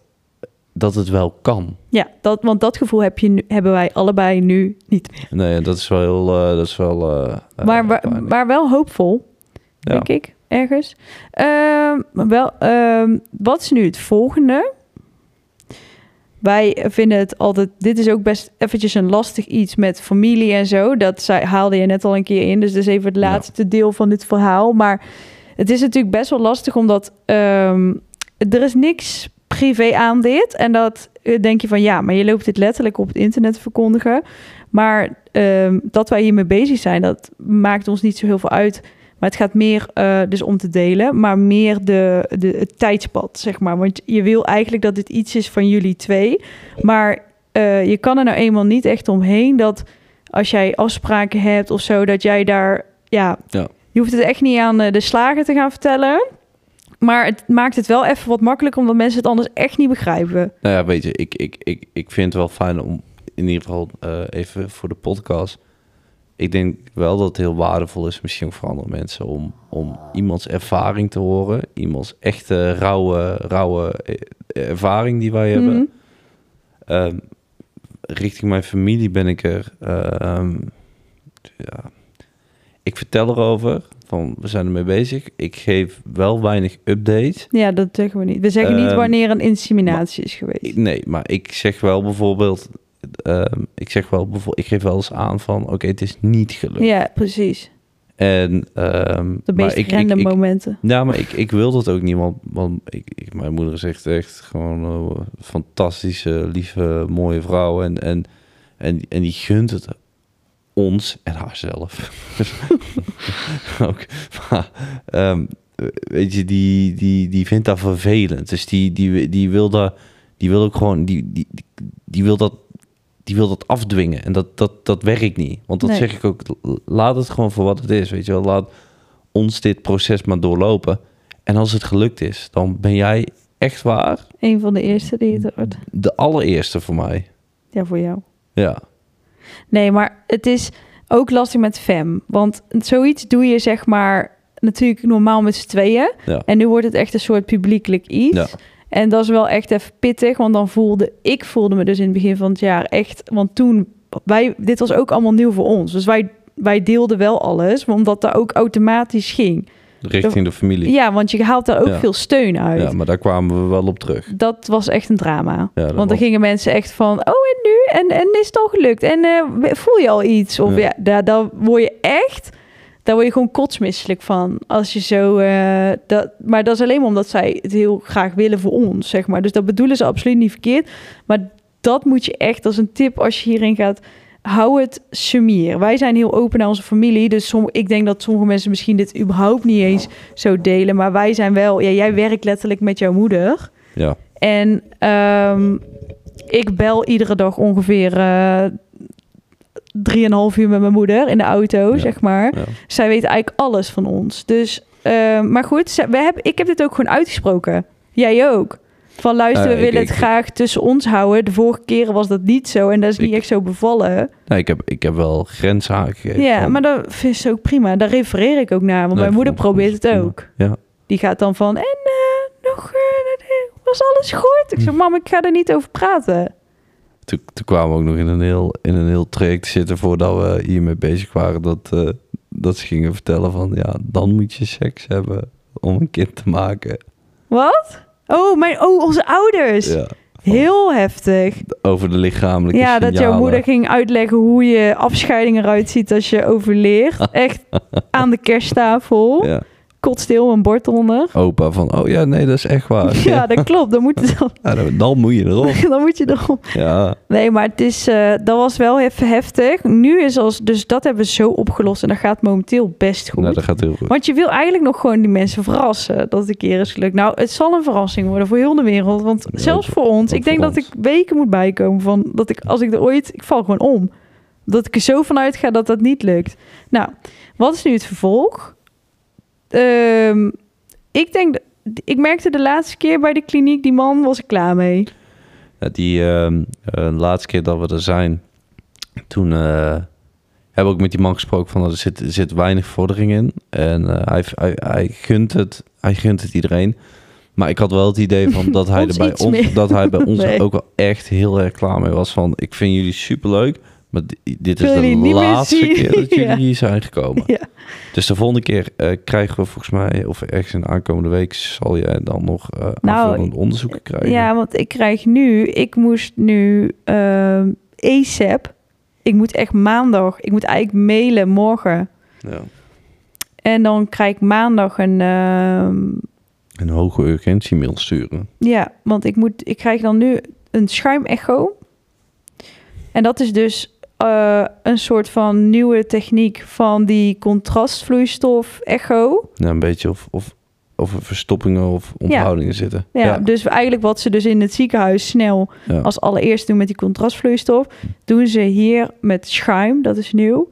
B: dat het wel kan.
A: Ja, dat, want dat gevoel heb je nu, hebben wij allebei nu niet meer.
B: Nee, dat is wel heel. eh, dat is wel. eh, eh,
A: maar, wa-
B: pijnlijk.
A: maar wel hoopvol.
B: Ja.
A: denk ik, ergens. Ehm, maar wel, ehm, wat is nu het volgende? Wij vinden het altijd, dit is ook best eventjes een lastig iets met familie en zo. Dat zei, haalde je net al een keer in, dus dat is even het
B: Ja.
A: laatste deel van dit verhaal. Maar het is natuurlijk best wel lastig, omdat ehm, er is niks privé aan dit. En dat eh, denk je van, ja, maar je loopt dit letterlijk op het internet te verkondigen. Maar ehm, dat wij hiermee bezig zijn, dat maakt ons niet zo heel veel uit. Maar het gaat meer eh, dus om te delen, maar meer de, de, het tijdspad, zeg maar. Want je wil eigenlijk dat dit iets is van jullie twee. Maar eh, je kan er nou eenmaal niet echt omheen dat als jij afspraken hebt of zo, dat jij daar, ja,
B: Ja.
A: je hoeft het echt niet aan eh, de slager te gaan vertellen. Maar het maakt het wel even wat makkelijker, omdat mensen het anders echt niet begrijpen.
B: Nou ja, weet je, ik, ik, ik, ik vind het wel fijn om in ieder geval eh, even voor de podcast ik denk wel dat het heel waardevol is, misschien ook voor andere mensen, om, om iemands ervaring te horen. Iemands echte, rauwe, rauwe eh, ervaring die wij hebben.
A: Mhm.
B: Ehm, richting mijn familie ben ik er. ehm, ja, ik vertel erover. Van we zijn ermee bezig. Ik geef wel weinig update.
A: Ja, dat zeggen we niet. We zeggen niet
B: Ehm,
A: wanneer een inseminatie is
B: Ik-
A: geweest.
B: Nee, maar ik zeg wel bijvoorbeeld. ehm, ik zeg wel bijvoorbeeld. Ik geef wel eens aan van. Oké, het is niet gelukt.
A: Ja, precies.
B: En. ehm
A: De
B: maar
A: meest
B: ik- ik-
A: random
B: ik-
A: momenten.
B: Ja, maar ik, ik wil dat ook niet, want, want ik, ik- mijn moeder is echt, echt gewoon een fantastische, lieve, mooie vrouw. En, en, en, en die gunt het ons en haarzelf. ook. Maar, ehm, weet je, die, die, die vindt dat vervelend. Dus die, die, die wil daar, die wil ook gewoon, die, die, die- die wil dat. Die wil dat afdwingen. En dat, dat, dat werkt niet. Want dat
A: Nee.
B: zeg ik ook. Laat het gewoon voor wat het is. Weet je wel. Laat ons dit proces maar doorlopen. En als het gelukt is, dan ben jij echt waar
A: Een van de eerste die het hoort.
B: de allereerste voor mij.
A: Ja, voor jou.
B: Ja.
A: Nee, maar het is ook lastig met fem. Want zoiets doe je zeg maar natuurlijk normaal met z'n tweeën.
B: Ja.
A: En nu wordt het echt een soort publiekelijk iets.
B: Ja.
A: En dat is wel echt even pittig. Want dan voelde ik voelde me dus in het begin van het jaar echt. Want toen wij, dit was ook allemaal nieuw voor ons. Dus wij, wij deelden wel alles. Maar omdat dat ook automatisch ging.
B: Richting de familie.
A: Ja, want je haalt daar ook
B: Ja.
A: veel steun uit.
B: Ja, maar daar kwamen we wel op terug.
A: Dat was echt een drama.
B: Ja, dat
A: Want dan
B: was-
A: gingen mensen echt van, oh en nu? En, en is het al gelukt? En eh, voel je al iets? Of
B: Ja.
A: ja, daar, daar word je echt, daar word je gewoon kotsmisselijk van. Als je zo, eh, dat, maar dat is alleen maar omdat zij het heel graag willen voor ons, zeg maar. Dus dat bedoelen ze absoluut niet verkeerd. Maar dat moet je echt, dat is een tip als je hierin gaat, hou het sumier. Wij zijn heel open naar onze familie, dus som, ik denk dat sommige mensen misschien dit überhaupt niet eens zo delen. Maar wij zijn wel, ja, jij werkt letterlijk met jouw moeder.
B: Ja.
A: En ehm, ik bel iedere dag ongeveer eh, drieënhalf uur met mijn moeder in de auto,
B: Ja.
A: zeg maar.
B: ja.
A: Zij weet eigenlijk alles van ons. Dus, ehm, maar goed, ze- we hebben, ik heb dit ook gewoon uitgesproken. Jij ook. Van luister,
B: Eh,
A: we
B: ik-
A: willen
B: ik-
A: het graag tussen ons houden. De vorige keren was dat niet zo en dat is niet
B: Ik-
A: echt zo bevallen.
B: Nee, ik, heb, ik heb wel grenzen aangegeven.
A: Ja,
B: Van-
A: maar dat is ook prima. Daar refereer ik ook naar, want
B: Nee,
A: mijn
B: ik
A: moeder
B: vond-
A: probeert
B: vond
A: het ook.
B: Ja.
A: Die gaat dan van, en eh, nog, eh, was alles goed? Ik zeg,
B: Hm.
A: mam, ik ga er niet over praten.
B: Toen, toen kwamen we ook nog in een, heel, in een heel traject zitten voordat we hiermee bezig waren. Dat, eh, dat ze gingen vertellen van ja, dan moet je seks hebben om een kind te maken.
A: Wat? Oh, mijn, oh onze ouders.
B: Ja.
A: Heel heftig.
B: Over de lichamelijke
A: ja, dat jouw
B: signalen.
A: moeder ging uitleggen hoe je afscheiding eruit ziet als je overleert. Echt aan de kersttafel.
B: Ja.
A: Kotstil, een bord onder.
B: Opa van, oh ja, nee, dat is echt waar.
A: Ja, dat klopt. Dan moet, het dan,
B: Ja, dan, dan moet je erop.
A: dan moet je erop.
B: Ja,
A: Nee, maar het is, eh, dat was wel even heftig. Nu is als, dus dat hebben we zo opgelost en dat gaat momenteel best goed.
B: nou, dat gaat heel goed.
A: Want je wil eigenlijk nog gewoon die mensen verrassen dat het een keer is gelukt. Nou, het zal een verrassing worden voor heel de wereld. Want
B: Ja,
A: zelfs voor ons.
B: ook
A: Ik denk
B: voor
A: dat ik
B: ons.
A: weken moet bijkomen van dat ik als ik er ooit... Ik val gewoon om. Dat ik er zo vanuit ga dat dat niet lukt. Nou, wat is nu het vervolg? Ehm, ik denk... dat- Ik merkte de laatste keer bij de kliniek, die man was ik klaar mee.
B: Ja, die ehm, eh, laatste keer dat we er zijn, toen eh hebben we ook met die man gesproken van er zit, er zit weinig vordering in. En eh, hij, hij, hij, gunt het, hij gunt het iedereen. Maar ik had wel het idee van dat hij,
A: Ons
B: er bij,
A: iets
B: ons,
A: meer.
B: dat hij bij ons
A: Nee.
B: ook wel echt heel erg klaar mee was. Van ik vind jullie superleuk, maar di- dit is
A: Wil
B: de
A: jullie niet meer
B: laatste
A: zien?
B: keer dat jullie
A: Ja.
B: hier zijn gekomen.
A: Ja.
B: Dus de volgende keer eh, krijgen we volgens mij, of ergens in de aankomende week, zal jij dan nog eh
A: Nou,
B: aanvullend onderzoeken krijgen.
A: Ja, want ik krijg nu, ik moest nu ehm ASAP. Ik moet echt maandag, ik moet eigenlijk mailen morgen.
B: Ja.
A: En dan krijg ik maandag een, ehm,
B: een hoge urgentiemail sturen.
A: ja, want ik moet, ik krijg dan nu een schuimecho. En dat is dus eh, een soort van nieuwe techniek van die contrastvloeistof echo.
B: Ja, een beetje of, of, of er verstoppingen of onthoudingen zitten.
A: Ja, dus eigenlijk wat ze dus in het ziekenhuis snel
B: Ja.
A: als allereerst doen met die contrastvloeistof, doen ze hier met schuim. Dat is nieuw.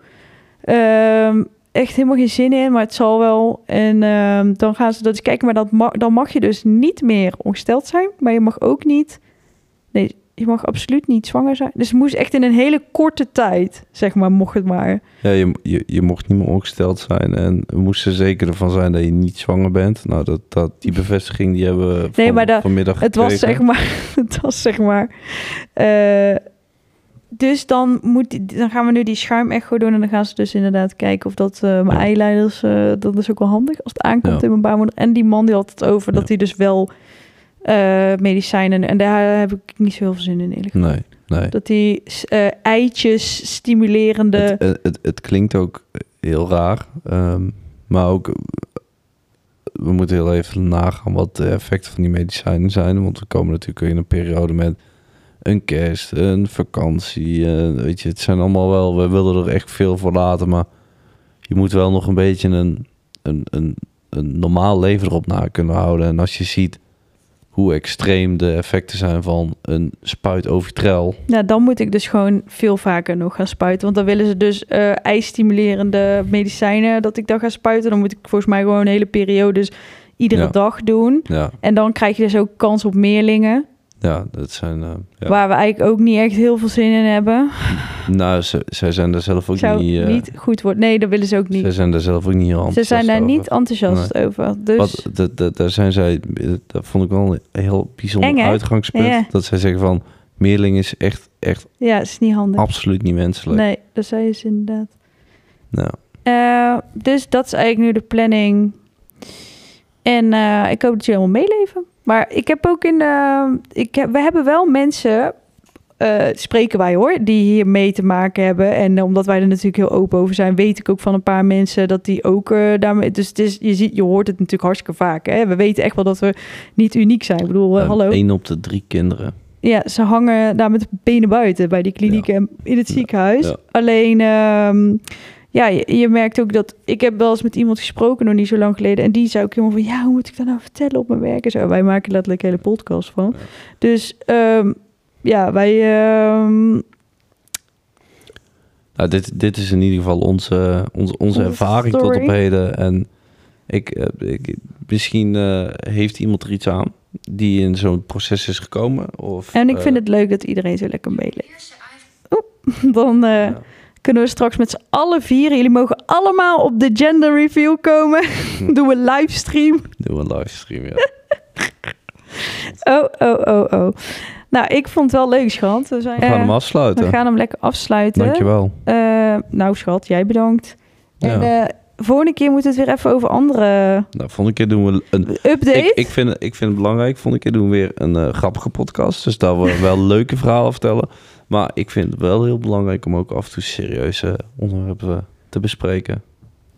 A: Ehm, echt helemaal geen zin in, maar het zal wel. En ehm, dan gaan ze dat eens kijken, maar dat ma- dan mag je dus niet meer ongesteld zijn, maar je mag ook niet. Nee, je mag absoluut niet zwanger zijn. Dus het moest echt in een hele korte tijd, zeg maar, mocht het maar.
B: Ja, je, je, je mocht niet meer ongesteld zijn en we moesten er zeker ervan zijn dat je niet zwanger bent. Nou, dat, dat, die bevestiging die hebben we van-
A: maar dat-
B: vanmiddag
A: Het was zeg
B: gekregen.
A: maar. Het was zeg maar. eh, dus dan, moet, die- dan gaan we nu die schuimecho doen. En dan gaan ze dus inderdaad kijken of dat eh, mijn
B: Ja.
A: eileiders. eh, dat is ook wel handig als het aankomt
B: Ja.
A: in mijn baarmoeder. En die man die had het over
B: Ja.
A: dat hij dus wel eh, medicijnen. En daar heb ik niet zo heel veel zin in, eerlijk gezegd.
B: Nee, nee.
A: Dat die s- eh, eitjes stimulerende.
B: Het, het, het, het klinkt ook heel raar, ehm, maar ook eh, we moeten heel even nagaan wat de effecten van die medicijnen zijn, want we komen natuurlijk in een periode met een kerst, een vakantie, eh, weet je, het zijn allemaal wel, we willen er echt veel voor laten, maar je moet wel nog een beetje een, een, een, een normaal leven erop na kunnen houden. En als je ziet hoe extreem de effecten zijn van een spuit over trel,
A: Nou, dan moet ik dus gewoon veel vaker nog gaan spuiten. Want dan willen ze dus eh ijstimulerende medicijnen dat ik dan ga spuiten. Dan moet ik volgens mij gewoon een hele periodes iedere
B: Ja.
A: dag doen.
B: ja,
A: En dan krijg je dus ook kans op meerlingen.
B: ja dat zijn... eh, ja.
A: Waar we eigenlijk ook niet echt heel veel zin in hebben.
B: Nou, ze, zij zijn daar zelf ook
A: Zou
B: niet, eh,
A: niet goed worden. Nee, dat willen ze ook
B: Zij
A: niet.
B: zijn daar zelf ook niet heel
A: Ze
B: enthousiast
A: zijn daar
B: over.
A: niet enthousiast over. Dus
B: Wat, dat, dat, daar zijn zij, dat vond ik wel een heel bijzonder
A: Eng, hè?
B: uitgangspunt.
A: Ja.
B: Dat zij zeggen van, meerling is echt, echt
A: ja, het is niet handig.
B: absoluut niet menselijk.
A: Nee, dat zei ze inderdaad.
B: Nou,
A: Eh, dus dat is eigenlijk nu de planning. En eh, ik hoop dat jullie allemaal meeleven. Maar ik heb ook in. eh, ik heb, we hebben wel mensen. eh, spreken wij hoor, die hier mee te maken hebben. En omdat wij er natuurlijk heel open over zijn, weet ik ook van een paar mensen dat die ook eh, daarmee. Dus het is, je, ziet, je hoort het natuurlijk hartstikke vaak. Hè? We weten echt wel dat we niet uniek zijn. Ik bedoel, eh,
B: ehm,
A: hallo.
B: één op de drie kinderen.
A: Ja, ze hangen daar met de benen buiten bij die klinieken en in het ziekenhuis.
B: ja.
A: Alleen, ehm, ja, je, je merkt ook dat... Ik heb wel eens met iemand gesproken, nog niet zo lang geleden. En die zei ook helemaal van, ja, hoe moet ik dat nou vertellen op mijn werk? En zo, wij maken letterlijk hele podcast van.
B: Ja.
A: Dus, ehm, ja, wij... ehm,
B: Nou, dit, dit is in ieder geval onze, onze, onze
A: Onze
B: ervaring tot
A: story.
B: op heden. En ik, eh, ik, misschien eh, heeft iemand er iets aan die in zo'n proces is gekomen. Of,
A: en ik vind
B: eh,
A: het leuk dat iedereen zo lekker meeleeft. Oeh, Dan eh,
B: ja.
A: kunnen we straks met z'n allen vieren. Jullie mogen allemaal op de gender review komen. Doen we livestream.
B: Doe een livestream, ja.
A: Oh, oh, oh, oh. Nou, ik vond het wel leuk, schat. We, zijn,
B: We gaan hem
A: eh,
B: afsluiten.
A: we gaan hem lekker afsluiten.
B: Dankjewel.
A: Eh, nou, schat, jij bedankt. En
B: Ja.
A: eh, volgende keer moeten we het weer even over andere
B: Nou, volgende keer doen we een.
A: update.
B: Ik, ik, vind, ik vind het belangrijk. Volgende keer doen we weer een eh, grappige podcast. Dus dat we wel leuke verhalen vertellen. Maar ik vind het wel heel belangrijk om ook af en toe serieuze eh, onderwerpen te bespreken.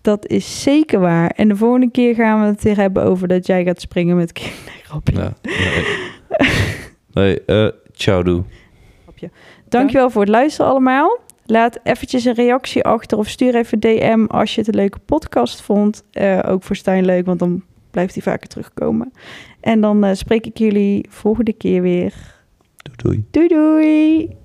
A: Dat is zeker waar. En de volgende keer gaan we het weer hebben over dat jij gaat springen met kinderen. Nee, grapje.
B: Ja, nee, nee eh, ciao doe.
A: Dankjewel voor het luisteren allemaal. Laat eventjes een reactie achter of stuur even een DM als je het een leuke podcast vond. Eh, ook voor Stijn leuk, want dan blijft hij vaker terugkomen. En dan eh, spreek ik jullie volgende keer weer.
B: Doei
A: Doei
B: doei.
A: doei!